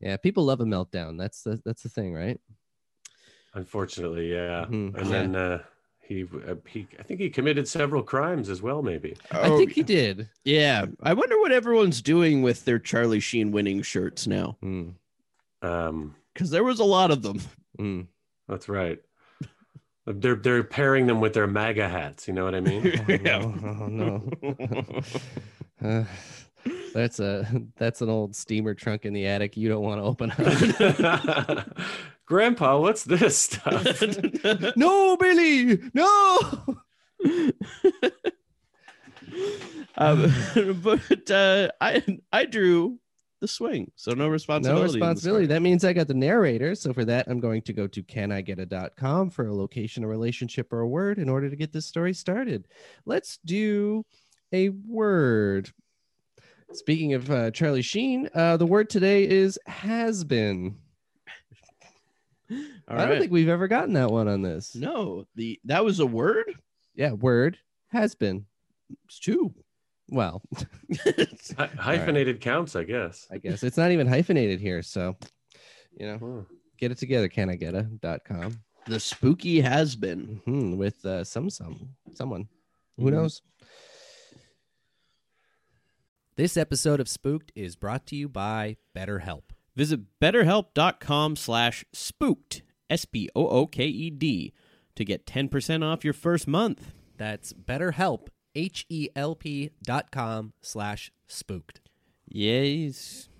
Yeah, people love a meltdown. That's the that's the thing, right?
Unfortunately, yeah.
Mhm.
And then uh, he, uh, he, I think he committed several crimes as well. Maybe
Oh,
I think he did.
yeah. I wonder what everyone's doing with their Charlie Sheen winning shirts now,
Mm,
um,
because there was a lot of them.
mm.
that's right. They're they're pairing them with their MAGA hats. You know what I mean?
Oh, no. Oh, no. Uh, that's a that's an old steamer trunk in the attic you don't want to open up.
Grandpa, what's this stuff?
no, Billy, no.
um, but uh, I I drew the swing, so no responsibility.
No
in this
responsibility.
card.
That means I got the narrator. So for that, I'm going to go to canigeta.com for a location, a relationship, or a word in order to get this story started. Let's do a word. Speaking of uh, Charlie Sheen, uh, the word today is has been.
All
I don't
right.
think we've ever gotten that one on this.
no, the that was a word.
Yeah, word has been.
It's two.
Well,
Hy- hyphenated counts, I guess.
I guess it's not even hyphenated here. So, you know,
Hmm.
get it together, canigeta.com.
the spooky has been.
hmm with uh, some some someone who knows this episode of spooked is brought to you by betterhelp
Visit betterhelp.com slash spooked, S P O O K E D, to get 10% off your first month.
that's betterhelp h-e-l-p dot com slash spooked
Yes.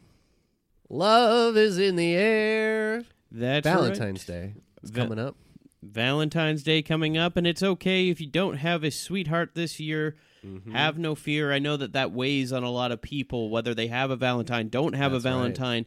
love is in the air
That's
valentine's
right.
day it's
Va-
coming up
Valentine's Day coming up, and it's okay if you don't have a sweetheart this year.
Mm-hmm.
Have no fear. I know that that weighs on a lot of people, whether they have a Valentine, don't have
That's
a
right.
Valentine,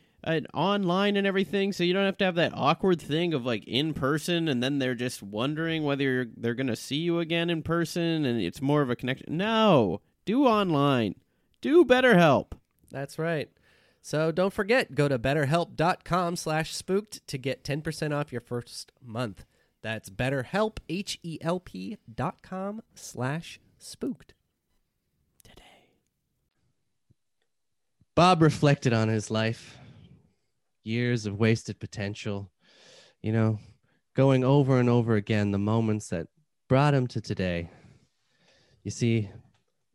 uh, online and everything, so you don't have to have that awkward thing of like in person, and then they're just wondering whether you're, they're gonna see you again in person, and it's more of a connection. No, do online, do BetterHelp.
That's right. So don't forget, go to betterhelp.com slash spooked to get 10% off your first month. That's betterhelp, H-E-L-P dot com slash spooked.
Bob reflected on his life, years of wasted potential, you know, going over and over again the moments that brought him to today. You see,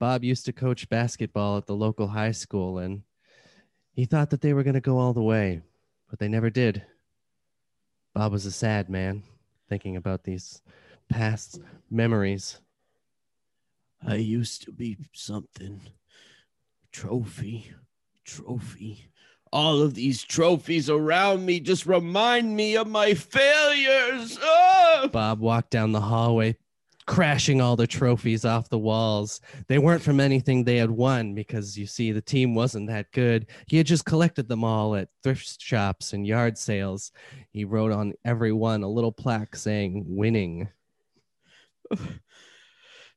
Bob used to coach basketball at the local high school, and he thought that they were going to go all the way, but they never did. Bob was a sad man thinking about these past memories.
I used to be something. Trophy, trophy. All of these trophies around me just remind me of my failures. Ah!
Bob walked down the hallway, crashing all the trophies off the walls. They weren't from anything they had won because you see, the team wasn't that good. He had just collected them all at thrift shops and yard sales. He wrote on every one a little plaque saying, winning.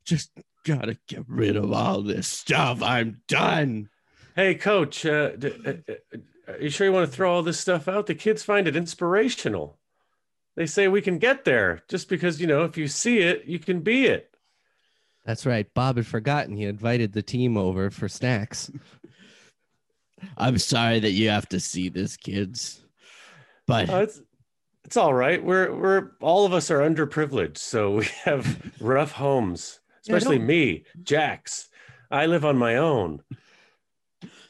Just gotta get rid of all this stuff. I'm done.
Hey, coach, uh, d- uh, uh, are you sure you want to throw all this stuff out? The kids find it inspirational. They say we can get there just because, you know, if you see it, you can be it.
That's right. Bob had forgotten he invited the team over for snacks.
I'm sorry that you have to see this, kids. But
Uh, it's, it's all right. We're, we're, all of us are underprivileged. So we have rough homes,
Yeah,
especially
don't-
me, Jax. I live on my own.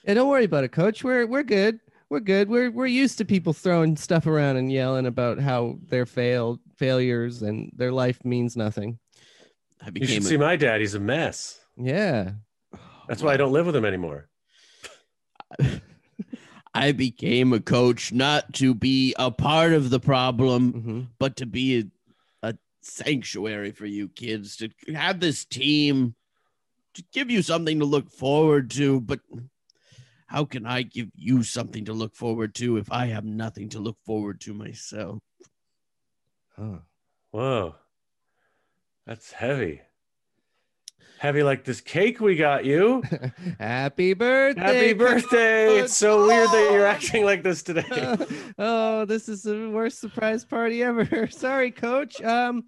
Yeah, don't worry about it, coach. We're we're good. We're good. We're we're used to people throwing stuff around and yelling about how their failed failures and their life means nothing.
I
You
became
should
a-
see my dad. He's a mess.
Yeah.
That's why I don't live with him anymore.
I became a coach not to be a part of the problem,
hmm
but to be a, a sanctuary for you kids to have this team to give you something to look forward to. But how can I give you something to look forward to if I have nothing to look forward to myself?
Oh.
Whoa. That's heavy. Heavy like this cake we got you.
Happy birthday.
Happy birthday. It's so weird that you're acting like this today.
coach. oh, this is the worst surprise party ever. Sorry, coach. Um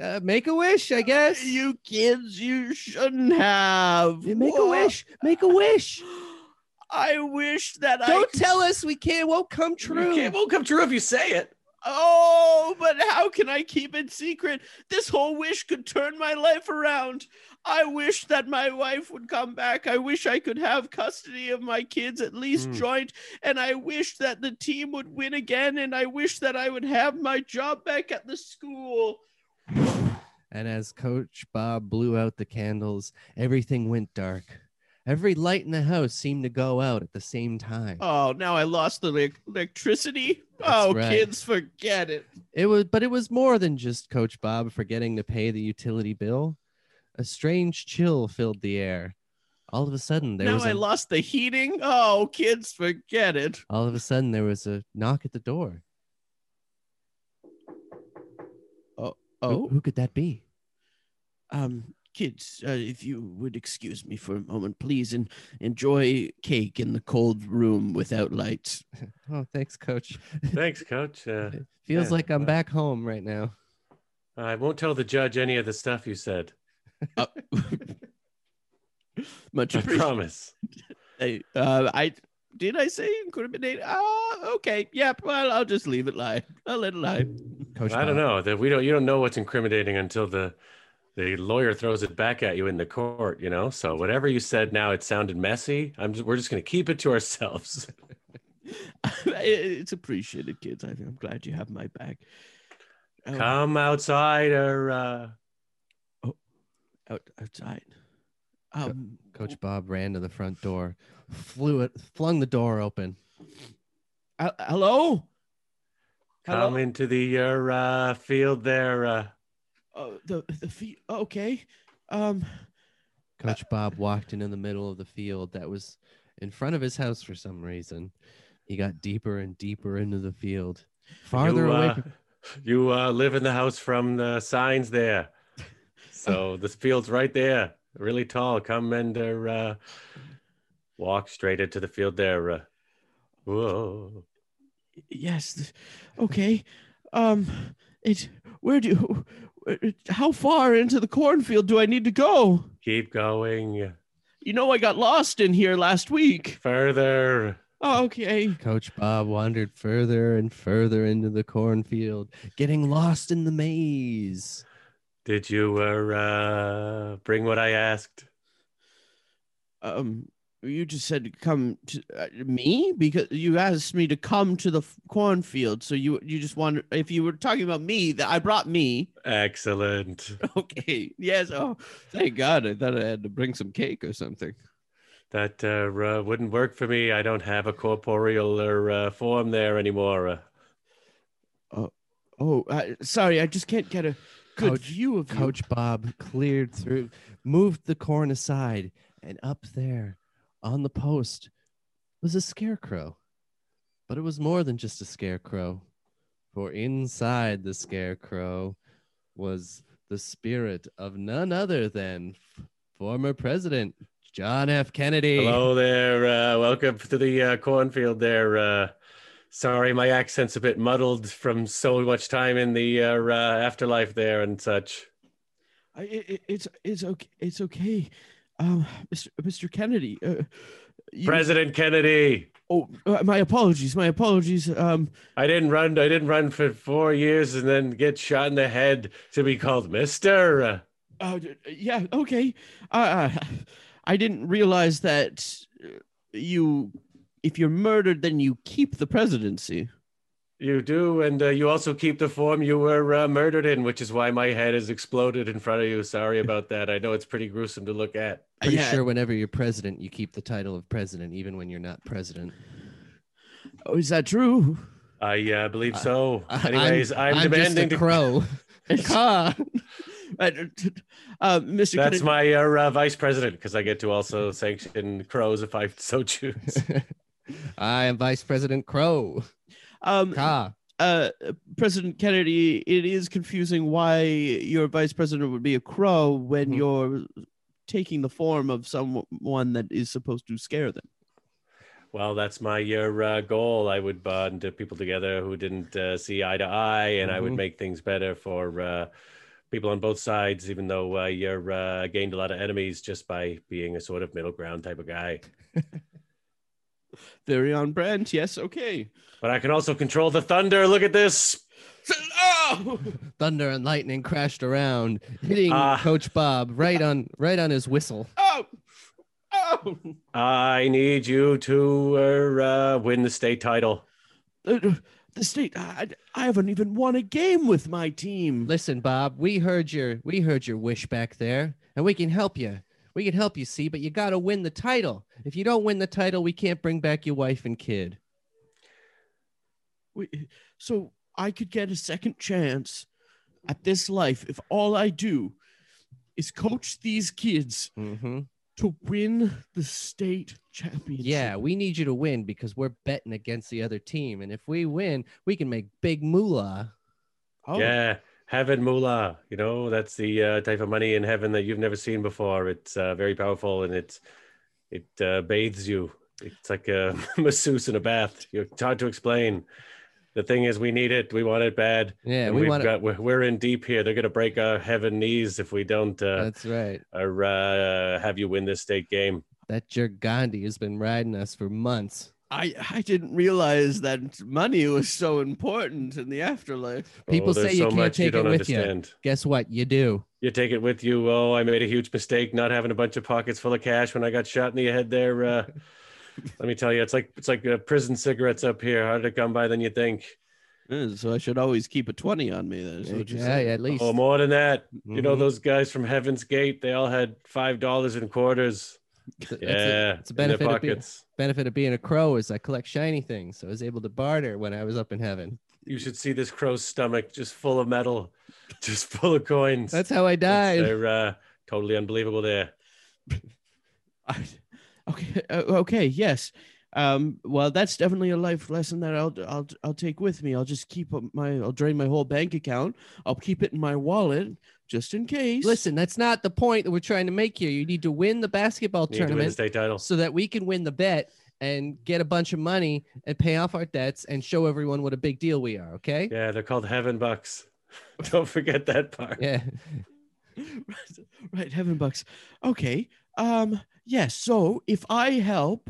uh, make a wish, I guess.
You kids, you shouldn't have.
Yeah, Make a
Wha-
wish. Make a wish.
I wish that I.
Don't tell us we can't. It won't come true.
It won't come true if you say it.
Oh, but how can I keep it secret? This whole wish could turn my life around. I wish that my wife would come back. I wish I could have custody of my kids, at least
Hmm.
Mm.
joint. And I wish that the team would win again. And I wish that I would have my job back at the school.
And as Coach Bob blew out the candles, everything went dark. Every light in the house seemed to go out at the same time.
Oh, now I lost the elec- electricity. oh,
right.
kids, forget it.
It was but it was more than just Coach Bob forgetting to pay the utility bill. A strange chill filled the air. All of a sudden there
now
was
I
a,
lost the heating. Oh, kids, forget it.
all of a sudden there was a knock at the door. Who-
Oh,
who could that be?
um, kids, uh, if you would excuse me for a moment, please, and enjoy cake in the cold room without lights.
Oh, thanks, Coach.
Thanks, coach. Uh,
Feels
Yeah,
like I'm
well.
back home right now.
I won't tell the judge any of the stuff you said.
Much
I
appreciated.
promise.
Uh, I did I say it could have been eight? Ah, okay. Yep. Well, I'll just leave it lie. I'll let it lie.
Coach
I
Bob.
don't know that we don't. You don't know what's incriminating until the the lawyer throws it back at you in the court. You know. So whatever you said now, it sounded messy. I'm. Just, we're just gonna keep it to ourselves.
it's appreciated, kids. I, I'm glad you have my back. Oh,
Come outside or uh,
out, outside. Um,
Coach Bob ran to the front door, flew it, flung the door open.
uh, hello? Hello?
Come into the uh, field there. Uh,
Oh, the the feet. Okay. Um.
Coach Bob walked in in the middle of the field that was in front of his house for some reason. He got deeper and deeper into the field, farther
you,
away.
uh,
from-
you uh, live in the house from the signs there. So this field's right there, really tall. Come and uh, uh, walk straight into the field there. Uh, whoa.
Yes. th- Okay. Um. It. Where do? where- How far into the cornfield do I need to go?
Keep going
You know, I got lost in here last week.
further.
Oh, Okay.
Coach Bob wandered further and further into the cornfield, getting lost in the maze.
Did you uh, uh, bring what I asked?
Um. You just said to come to uh, me because you asked me to come to the f- cornfield. So you you just want if you were talking about me that I brought me.
Excellent.
Okay. Yes. Oh, thank God! I thought I had to bring some cake or something.
That uh, uh, wouldn't work for me. I don't have a corporeal uh, form there anymore. Uh,
Oh, I, sorry, I just can't get a good
Coach-
view of you.
Coach Bob cleared through, moved the corn aside, and up there on the post was a scarecrow. But it was more than just a scarecrow, for inside the scarecrow was the spirit of none other than f- former President John F. Kennedy.
Hello there. Uh, welcome to the uh, cornfield there. Uh, sorry, my accent's a bit muddled from so much time in the uh, uh, afterlife there and such.
I, it, it- it's it's okay. It's okay, um, Mr. Mr. Kennedy. Uh, you,
President Kennedy,
oh, uh, my apologies. My apologies. Um,
I didn't run. I didn't run for four years and then get shot in the head to be called Mister. Uh,
uh, d- yeah. Okay. Uh, I didn't realize that uh, you, if you're murdered, then you keep the presidency.
you do, and uh, you also keep the form you were uh, murdered in, which is why my head has exploded in front of you. Sorry about that. I know it's pretty gruesome to look at.
Pretty
yeah.
sure whenever you're president, you keep the title of president, even when you're not president.
Oh, is that true?
I uh, believe so.
I- I'm-
Anyways, I'm,
I'm just
demanding
a
to
crow.
uh, uh, Mr.
That's
Kennedy,
my uh, uh, vice president because I get to also sanction crows if I so choose.
I am Vice President Crow.
um,
Ka.
uh, President Kennedy, it is confusing why your vice president would be a crow when
Mhm.
you're taking the form of someone that is supposed to scare them.
well, that's my uh, uh, goal. I would bond uh, people together who didn't uh, see eye to eye, and I would
Mhm.
make things better for uh, people on both sides. Even though uh, you're uh, gained a lot of enemies just by being a sort of middle ground type of guy,
Very on brand. Yes. Okay.
but I can also control the thunder. Look at this.
Oh!
thunder and lightning crashed around, hitting
Ah.
Coach Bob right on right on his whistle.
Oh! Oh!
I need you to uh, uh, win the state title.
Uh, The state. I, I haven't even won a game with my team.
Listen, Bob, we heard your we heard your wish back there, and we can help you. We can help you, see, but you gotta win the title. If you don't win the title, we can't bring back your wife and kid.
We- So I could get a second chance at this life if all I do is coach these kids
Mm-hmm.
to win the state championship.
Yeah, we need you to win because we're betting against the other team, and if we win, we can make big moolah.
Oh,
Yeah, heaven mullah. You know, that's the uh, type of money in heaven that you've never seen before. It's uh, very powerful and it's it uh, bathes you. It's like a masseuse in a bath. You're it's hard to explain. The thing is, we need it. We want it bad.
Yeah,
and
we
we've
want to.
got we're, we're in deep here. They're gonna break our heaven knees if we don't uh,
That's right.
or, uh, have you win this state game.
That jerk Gandhi has been riding us for months.
I, I didn't realize that money was so important in the afterlife.
People
Oh, there's
say you can't take it with you. Guess what? You do.
You take it with you. Oh, I made a huge mistake not having a bunch of pockets full of cash when I got shot in the head there. Uh, let me tell you, it's like it's like uh, prison cigarettes up here. Harder to come by than you think.
Yeah, so I should always keep a 20 on me then. is what you're
Yeah,
saying.
at least.
Oh, more than that. You
Mm-hmm.
know
Mhm.
those guys from Heaven's Gate? They all had five dollars in quarters.
It's a- it's a-
Yeah,
it's a
in
benefit
their
of being,
pockets.
benefit of being a crow is I collect shiny things, so I was able to barter when I was up in heaven.
You should see this crow's stomach, just full of metal, just full of coins.
That's how I
It's-
died.
They're uh, totally unbelievable. There.
I- okay. uh, okay. Yes. Um, well, that's definitely a life lesson that I'll I'll I'll take with me. I'll just keep up my I'll drain my whole bank account. I'll keep it in my wallet just in case.
Listen, that's not the point that we're trying to make here. You need to win the basketball
You need to win the
tournament
state title.
so that we can win the bet and get a bunch of money and pay off our debts and show everyone what a big deal we are. Okay?
Yeah, they're called Heaven Bucks. Don't forget that part.
Yeah.
right, heaven bucks. Okay. Um. Yes. So if I help,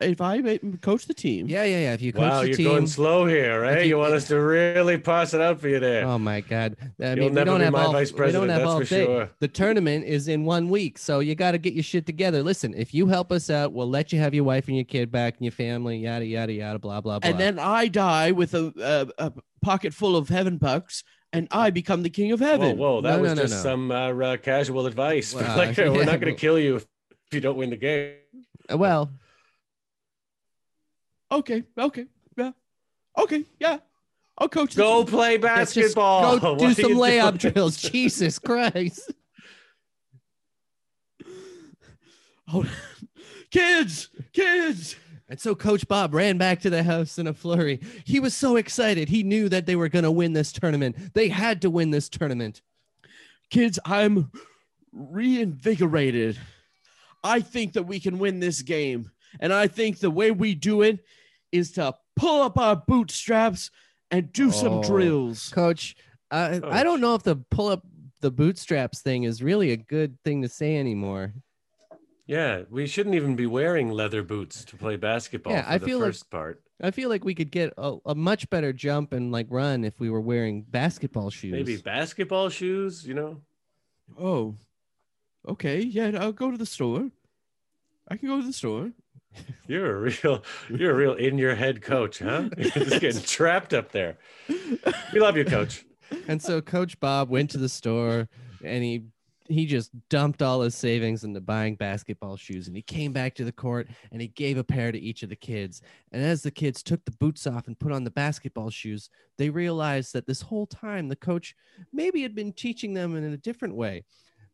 if I ma- coach the team,
Yeah, yeah, yeah. If you coach
Wow,
the
you're
team.
going slow here, right?
If
You,
you-
want us to really pass it out for you there.
Oh my God! I mean,
You'll
we
never
don't
be
have
my
all.
vice
we don't
president,
have
that's
all
for
day.
sure.
The tournament is in one week, so you got to get your shit together. Listen, if you help us out, we'll let you have your wife and your kid back and your family. Yada yada yada. Blah blah blah.
and then I die with a, a a pocket full of heaven bucks, and I become the king of
whoa,
heaven.
whoa, that
No,
was
no, no,
just
no.
some uh, uh, casual advice.
Wow,
like, we're
yeah,
not going
well-
to kill you if you don't win the game.
Uh, well,
Okay. Okay. Yeah. Okay. Yeah. I'll coach. the
Go play
let's just
basketball.
Go
What
do
are
some
you doing?
layup drills. Jesus Christ!
Hold kids, kids.
And so Coach Bob ran back to the house in a flurry. He was so excited. He knew that they were going to win this tournament. They had to win this tournament.
Kids, I'm reinvigorated. I think that we can win this game. And I think the way we do it is to pull up our bootstraps and do some
Oh.
drills.
Coach, I, I don't know if the pull up the bootstraps thing is really a good thing to say anymore.
Yeah, we shouldn't even be wearing leather boots to play basketball
Yeah,
for
I
the
feel like-
first part.
I feel like we could get a, a much better jump and like run if we were wearing basketball shoes.
Maybe basketball shoes, you know?
Oh, okay. Yeah, I'll go to the store. I can go to the store.
You're a real you're a real in your head coach, huh? You're just getting trapped up there. We love you, coach.
And so Coach Bob went to the store and he he just dumped all his savings into buying basketball shoes and he came back to the court and he gave a pair to each of the kids. And as the kids took the boots off and put on the basketball shoes, they realized that this whole time the coach maybe had been teaching them in a different way.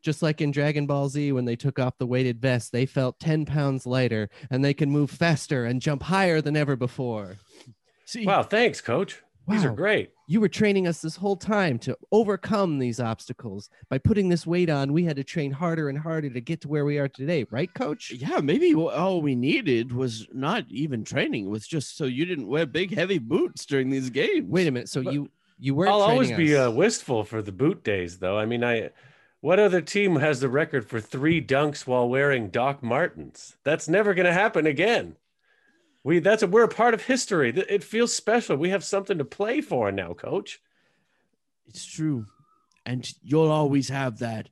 Just like in Dragon Ball Z, when they took off the weighted vest, they felt 10 pounds lighter and they can move faster and jump higher than ever before.
See,
Wow, thanks, coach. These are
Wow.
great.
You were training us this whole time to overcome these obstacles. By putting this weight on, we had to train harder and harder to get to where we are today, right, coach?
Yeah, maybe wh- all we needed was not even training. It was just so you didn't wear big, heavy boots during these games.
Wait a minute. So you you weren't
I'll always
training
be uh,
us.
wistful for the boot days though. I mean, I what other team has the record for 3 dunks while wearing Doc Martens? That's never going to happen again. We that's a, we're a part of history. Th- It feels special. We have something to play for now, coach.
It's true. And you'll always have that.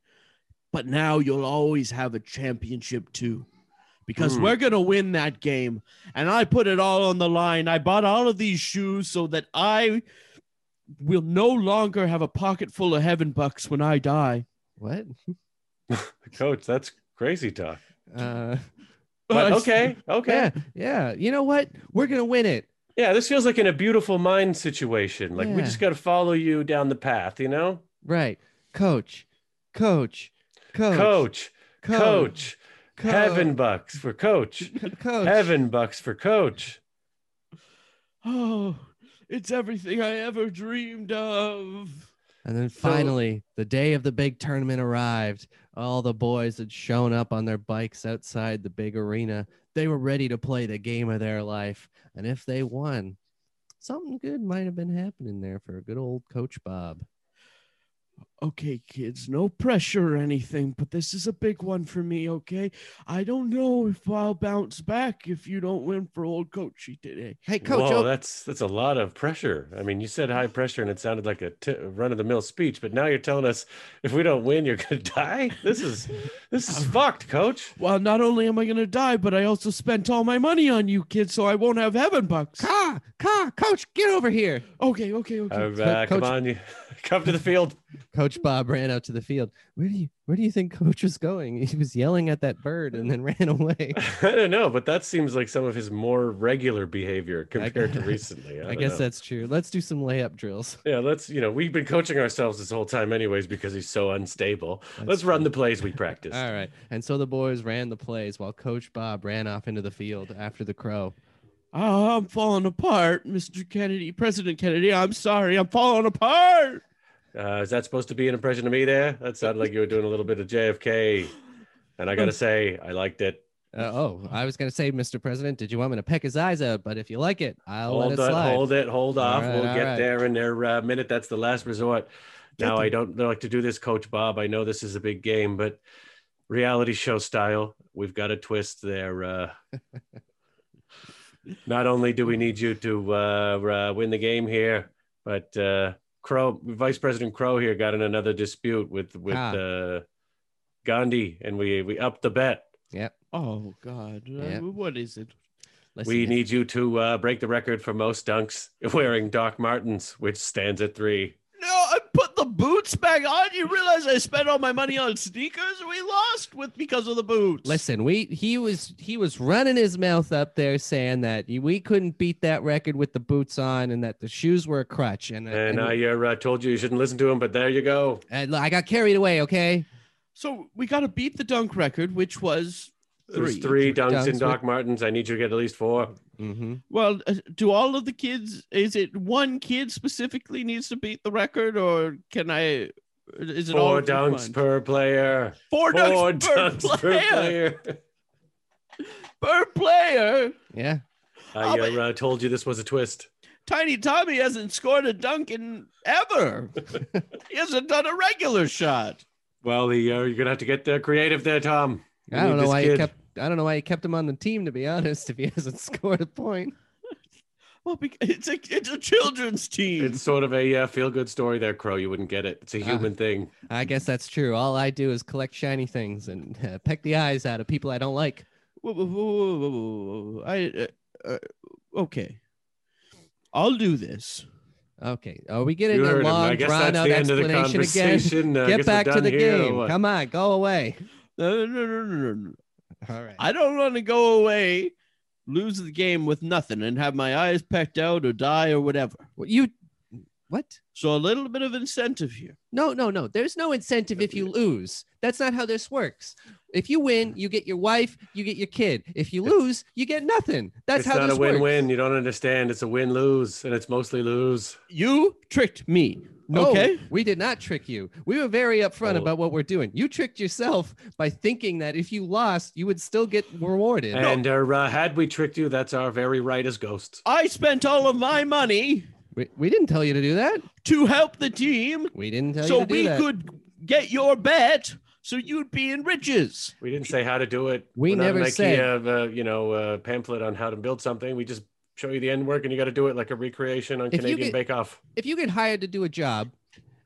But now you'll always have a championship too. Because
Hmm.
we're going to win that game. And I put it all on the line. I bought all of these shoes so that I will no longer have a pocket full of heaven bucks when I die.
what?
Coach, that's crazy talk.
Uh,
Oh,
But okay, okay.
yeah, yeah. You know what? We're gonna win it.
Yeah, this feels like in a beautiful mind situation. Like we
Yeah.
just got to follow you down the path, you know?
Right, coach, coach, coach,
Coach, coach,
coach,
heaven bucks for coach,
co- coach.
heaven bucks for coach.
Oh, it's everything I ever dreamed of.
And then
So-
finally, the day of the big tournament arrived. All the boys had shown up on their bikes outside the big arena. They were ready to play the game of their life. And if they won, something good might have been happening there for a good old Coach Bob.
okay, kids, no pressure or anything, but this is a big one for me, okay? I don't know if I'll bounce back if you don't win for old coachy today.
Hey, coach.
Whoa,
oh,
that's that's a lot of pressure. I mean, you said high pressure, and it sounded like a t- run-of-the-mill speech, but now you're telling us if we don't win, you're gonna die. This is this
Um,
is fucked, coach.
Well, not only am I going to die, but I also spent all my money on you, kids, so I won't have heaven bucks.
Ka, Ka, coach, get over here.
Okay, okay, okay.
Uh, uh, come
Coach-
on, you come to the field.
Coach Bob ran out to the field. Where do you where do you think coach was going? He was yelling at that bird and then ran away.
I don't know, but that seems like some of his more regular behavior compared to recently. I,
I, guess
that.
that's true. Let's do some layup drills.
Yeah, let's, you know, we've been coaching ourselves this whole time, anyways, because he's so unstable. let's run the plays we practiced.
All right. And so the boys ran the plays while Coach Bob ran off into the field after the crow.
Oh, I'm falling apart, Mr. Kennedy, President Kennedy. I'm sorry, I'm falling apart.
Uh, is that supposed to be an impression of me there? That sounded like you were doing a little bit of JFK. And I got to say, I liked it.
Uh, oh, I was going to say, Mr. President, did you want me to peck his eyes out? But if you like it, I'll let
hold
it
it,
slide.
hold it, hold
All
off.
right,
we'll
all
get
right.
there in their uh, minute. That's the last resort. Now, I don't like to do this, Coach Bob. I know this is a big game, but reality show style, we've got to twist their. Uh... Not only do we need you to uh, uh, win the game here, but uh, Crow, Vice President Crow here got in another dispute with with
Ah.
uh, Gandhi, and we we upped the bet.
Oh, God. Uh,
Yeah.
What is it?
Listen,
We
if-
need you to uh, break the record for most dunks wearing Doc Martens, which stands at three.
No, I put the boots back on. You realize I spent all my money on sneakers we lost with because of the boots.
Listen, we he was he was running his mouth up there saying that we couldn't beat that record with the boots on and that the shoes were a crutch and
And I uh, told you you shouldn't listen to him, but there you go.
and I got carried away, okay?
So we got to beat the dunk record, which was
There's
Three.
three dunks
dunks
in
with-
Doc Martens. I need you to get at least four.
Mm-hmm.
well. uh, Do all of the kids? Is it one kid specifically needs to beat the record, or can I? Is it all
Four
of the
dunks
fun?
per player.
four dunks,
Four
per,
dunks per
player,
player.
per player?
Yeah.
I
Oh, but-
uh, told you this was a twist.
Tiny Tommy hasn't scored a dunk in ever. he hasn't done a regular shot.
Well, the, uh, you're gonna have to get uh, creative there, Tom. We
I don't
need
know
this
why
kid.
he kept I don't know why he kept him on the team to be honest if he hasn't scored a point.
Well, bec- it's a it's a children's team.
It's sort of a uh, feel-good story there, Crow. You wouldn't get it.
Ah.
It's a human thing.
I guess that's true. All I do is collect shiny things and uh, peck the eyes out of people I don't like.
Whoa, whoa, whoa, whoa, whoa, whoa, whoa. I uh, uh, okay. I'll do this.
Okay. Are we
You
getting a
heard him.
long
I guess
drawn
that's
out
the end of the
explanation again?
conversation. Uh, I guess
Get
we're
back to
done
the
here or
game.
what?
Come on, go away.
No, no, no, no, no, no.
All right.
I don't want to go away, lose the game with nothing, and have my eyes pecked out or die or whatever.
Well, you what?
So a little bit of incentive here.
No, no, no. There's no incentive if you lose. That's not how this works. If you win, you get your wife, you get your kid. If you lose, you get nothing. That's
it's
how
not
this
a win-win.
works.
You don't understand. It's a win-lose, and it's mostly lose.
You tricked me.
No,
Okay.
Oh, we did not trick you. We were very upfront
Oh.
about what we're doing. You tricked yourself by thinking that if you lost, you would still get rewarded.
And uh, uh, had we tricked you, that's our very right as ghosts.
I spent all of my money
We, we didn't tell you to do that.
to help the team
We didn't tell
so
you to do
we
that.
could get your bet so you'd be in riches.
We didn't say how to do it.
We
We're not
never
an IKEA,
said.
uh, you know, uh, pamphlet on how to build something. We just show you the end work, and you got to do it like a recreation on
you
Canadian
get-
Bake Off.
if you get hired to do a job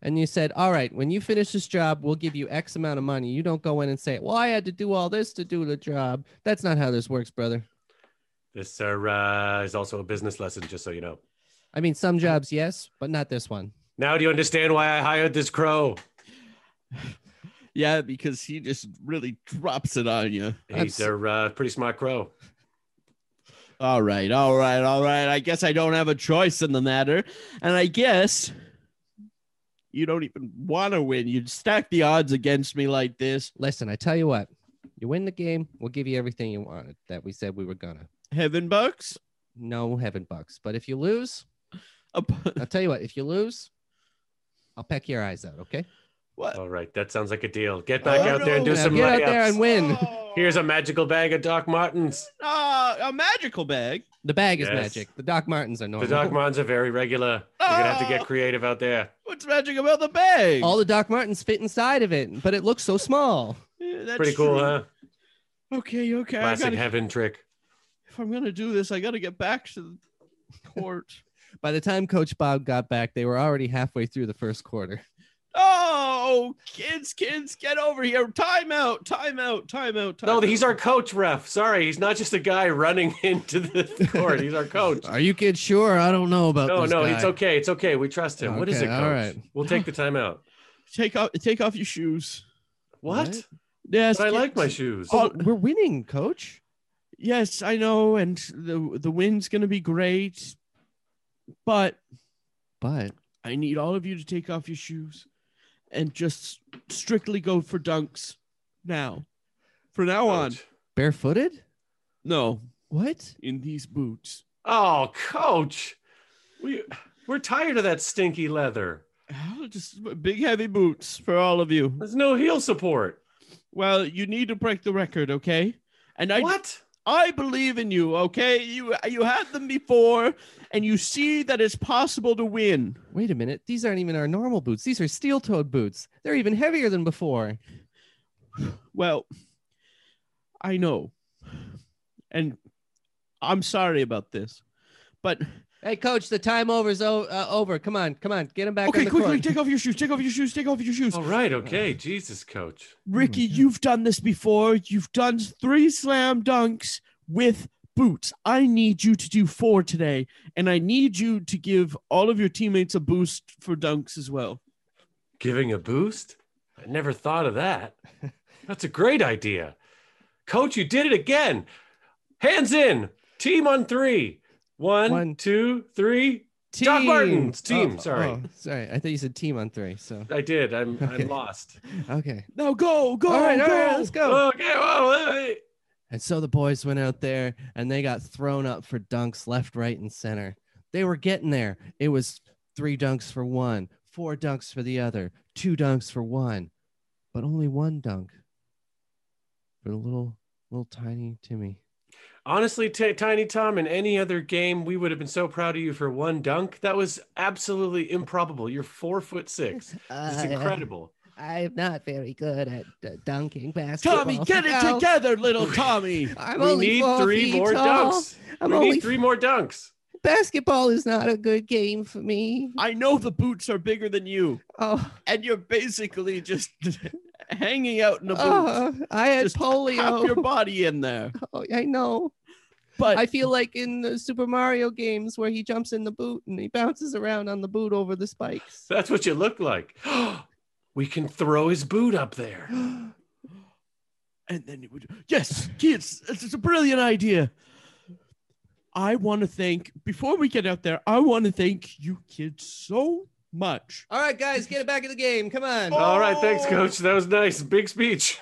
and you said, all right, when you finish this job, we'll give you X amount of money. You don't go in and say, well, I had to do all this to do the job. That's not how this works, brother.
This uh, uh, is also a business lesson, just so you know.
I mean, some jobs, yes, but not this one.
Now, do you understand why I hired this crow?
Yeah, because he just really drops it on you.
I'm
He's a uh, pretty smart crow.
All right, all right, all right. I guess I don't have a choice in the matter. And I guess you don't even want to win. You'd stack the odds against me like this.
Listen, I tell you what, you win the game, we'll give you everything you wanted that we said we were gonna.
Heaven bucks?
No heaven bucks. But if you lose,
A bu-
I'll tell you what, if you lose, I'll peck your eyes out, okay?
What?
All right, that sounds like a deal. Get back
Oh,
out there and do
no.
some
Uh, get out there
layups.
and win.
Here's a magical bag of Doc Martens.
Uh, a magical bag.
The bag is
Yes.
magic. The Doc Martens are normal.
The Doc Martens are very regular. You're gonna have to
Oh.
get creative out there.
What's magic about the bag?
All the Doc Martens fit inside of it, but it looks so small.
Yeah, Eh, that's
Pretty cool,
true.
huh?
Okay, okay. I
Classic
gotta,
heaven trick.
if I'm gonna do this, I gotta get back to the court.
By the time Coach Bob got back, they were already halfway through the first quarter.
oh, kids, kids, get over here! Timeout! Timeout! Timeout! Timeout!
No, he's our coach, ref. Sorry, he's not just a guy running into the court. He's our coach.
Are you kids sure? I don't know about
No,
this
no,
guy.
it's okay. It's okay. We trust him. What is
Okay,
it, coach?
all right.
We'll take the timeout.
take off take off your shoes.
What?
What?
Yes,
But I like
kids.
my shoes.
But Oh, we're winning, Coach.
Yes, I know, and the the wind's gonna be great, but
But
I need all of you to take off your shoes and just strictly go for dunks now. From now on,
Coach.
barefooted?
no,
What?
in these boots.
Oh, coach. We we're tired of that stinky leather.
Ah, Just big heavy boots for all of you.
There's no heel support.
Well, you need to break the record, okay? And I
what?
I believe in you, okay? You you had them before and you see that it's possible to win.
Wait a minute. These aren't even our normal boots. These are steel-toed boots. They're even heavier than before.
Well, I know. And I'm sorry about this. But
Hey, Coach, the time over's o- uh, over. Come on, come on, get him back on
okay,
the
quickly
court. Oh,
take off your shoes. Take off your shoes. Take off your shoes.
All right, okay. Jesus, coach.
Ricky, you've done this before. You've done three slam dunks with boots. I need you to do four today, and I need you to give all of your teammates a boost for dunks as well.
Giving a boost? I never thought of that. That's a great idea. Coach, you did it again. Hands in. Team on three.
One.
One, two, three. Doc
Team.
Martens, team,
Oh,
sorry.
oh, sorry, I thought you said team on three. So
I did. I'm
Okay.
I'm lost.
okay.
Now go, go,
all right,
go.
all right, let's go.
Okay, whoa, wait.
And so the boys went out there and they got thrown up for dunks left, right, and center. They were getting there. It was three dunks for one, four dunks for the other, two dunks for one, but only one dunk for the little, little tiny Timmy.
Honestly, Ti- Tiny Tom, in any other game, we would have been so proud of you for one dunk. That was absolutely improbable. You're four foot six. It's incredible.
uh, I'm not very good at uh, dunking basketball.
Tommy, get it
Ow.
together, little Tommy.
I'm
we
only
need
four
three
feet
more
tall.
dunks.
I'm
we
only
need three more dunks.
basketball is not a good game for me.
I know the boots are bigger than you,
Oh,
and you're basically just hanging out in a boot.
oh, I had
Just
polio.
Pop your body in there.
Oh, I know.
But
I feel like in the Super Mario games where he jumps in the boot and he bounces around on the boot over the spikes.
That's what you look like. we can throw his boot up there.
And then it would, yes, kids, this is a brilliant idea. I want to thank, before we get out there, I want to thank you kids so much.
All right, guys, get it back in the game. Come on.
All right, thanks,
Oh.
coach. That was nice. Big speech.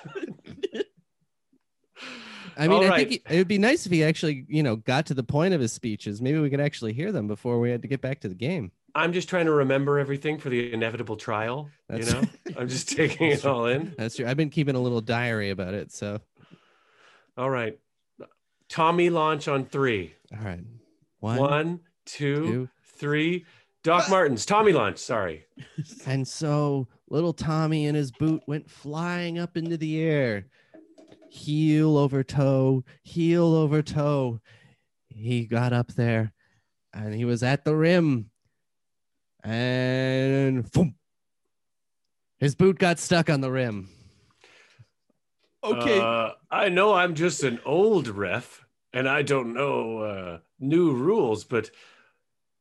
I mean,
All
I
right.
think it would be nice if he actually, you know, got to the point of his speeches. Maybe we could actually hear them before we had to get back to the game.
I'm just trying to remember everything for the inevitable trial.
That's-
You know, I'm just taking it all in.
That's true. I've been keeping a little diary about it. So,
All right. Tommy launch on three.
all right. One,
One, two, three.
two,
Doc Martens. Tommy launch. Sorry.
And so little Tommy in his boot went flying up into the air, heel over toe, heel over toe. He got up there and he was at the rim. And boom, his boot got stuck on the rim.
Okay,
Uh, I know I'm just an old ref and I don't know uh, new rules, but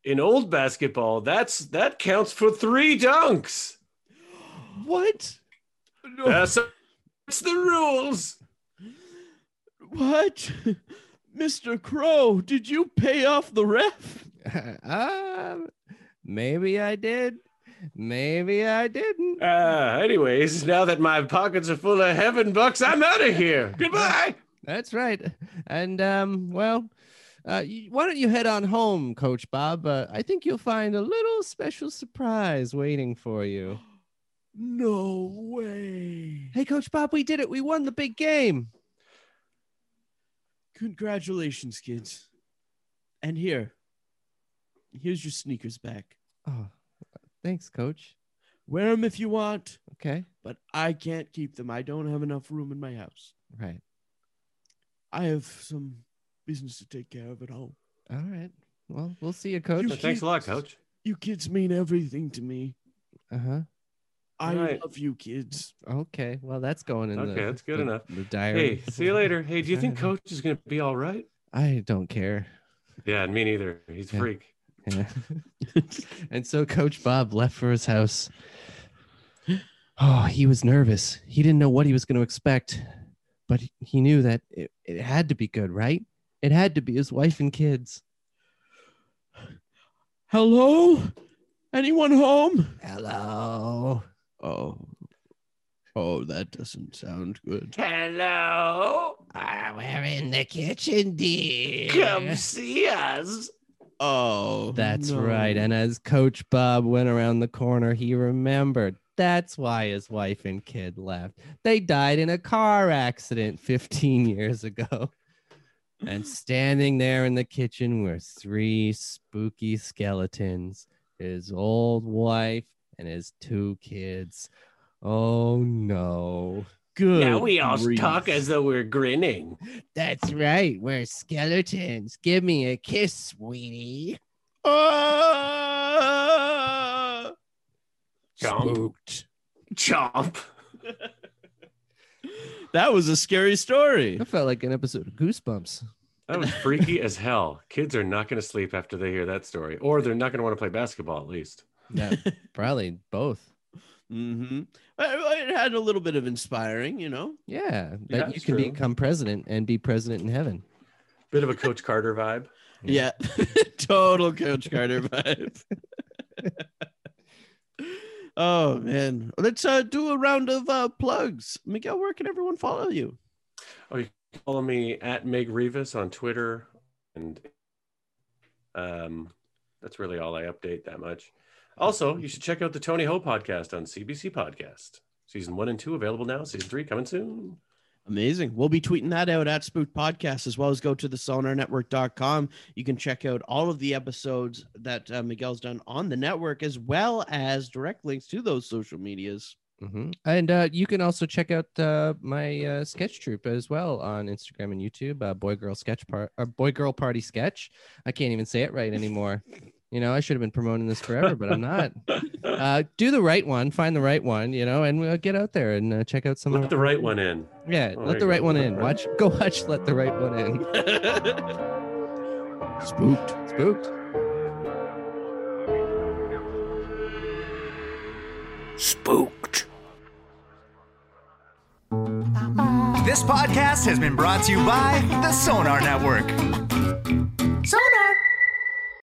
in old basketball, that's that counts for three dunks.
what? No,
That's, that's the rules.
what? Mr. Crow, did you pay off the ref?
um, maybe I did. Maybe I didn't.
Uh, anyways, now that my pockets are full of heaven bucks, I'm out of here. Goodbye.
That's right. And um, well, uh, y- why don't you head on home, Coach Bob? Uh, I think you'll find a little special surprise waiting for you.
No way.
Hey, Coach Bob, we did it. We won the big game.
Congratulations, kids. And here, here's your sneakers back.
Oh, thanks, Coach.
Wear them if you want,
Okay.
but I can't keep them. I don't have enough room in my house.
Right.
I have some business to take care of at home.
All right. Well, we'll see you, Coach.
You-
Thanks a lot, coach.
You kids mean everything to me.
Uh huh.
I
Right.
love you kids.
Okay. Well, that's going in the.
Okay, that's good
the-
enough.
The diary.
Hey, see you later. Hey, do you think coach is going to be all right?
I don't care.
Yeah, me neither. He's a
Yeah.
freak.
Yeah. and so Coach Bob left for his house. Oh, he was nervous. He didn't know what he was going to expect, but he knew that it, it had to be good, right? It had to be his wife and kids.
Hello? Anyone home?
Hello.
Oh. Oh, that doesn't sound good.
Hello.
we're in the kitchen, dear.
see us.
Oh.
That's
no.
right. And as Coach Bob went around the corner, he remembered. That's why his wife and kid left. They died in a car accident 15 years ago. And standing there in the kitchen were three spooky skeletons his old wife and his two kids. Oh no.
good. grief.
though we're grinning.
That's right. We're skeletons. Give me a kiss, sweetie.
Ah!
Chomp. Chomp.
That was a scary story.
That felt like an episode of Goosebumps.
That was freaky as hell. Kids are not going to sleep after they hear that story, or they're not going to want to play basketball at least.
Yeah, probably both.
Mm-hmm. It had a little bit of inspiring, you know.
Yeah, that
Yeah,
you
it's
can
true.
become president and be president in heaven.
Bit of a Coach Carter vibe.
Yeah, total Coach Carter vibe. oh man, let's uh, do a round of uh, plugs. Miguel, where can everyone follow you?
Follow me at Meg Rivas on Twitter, and um, that's really all I update that much. Also, you should check out the Tony Ho podcast on CBC Podcast. Season one and two available now. Season three coming soon.
Amazing. We'll be tweeting that out at Spook Podcast as well as go to the sonarnetwork.com. You can check out all of the episodes that uh, Miguel's done on the network as well as direct links to those social medias.
Mhm. And uh, you can also check out uh, my uh, sketch troupe as well on Instagram and YouTube. Uh, boy girl sketch part, uh, boy girl party sketch. I can't even say it right anymore. you know, I should have been promoting this forever, but I'm not. Uh, do the right one, find the right one. You know, and uh, get out there and uh, check out some.
Let
of
the right one in.
Yeah,
Oh, there
let the
you
right
go.
one in. Watch, go watch. Let the right one in.
Spooked.
Spooked.
This podcast has been brought to you by the Sonar Network.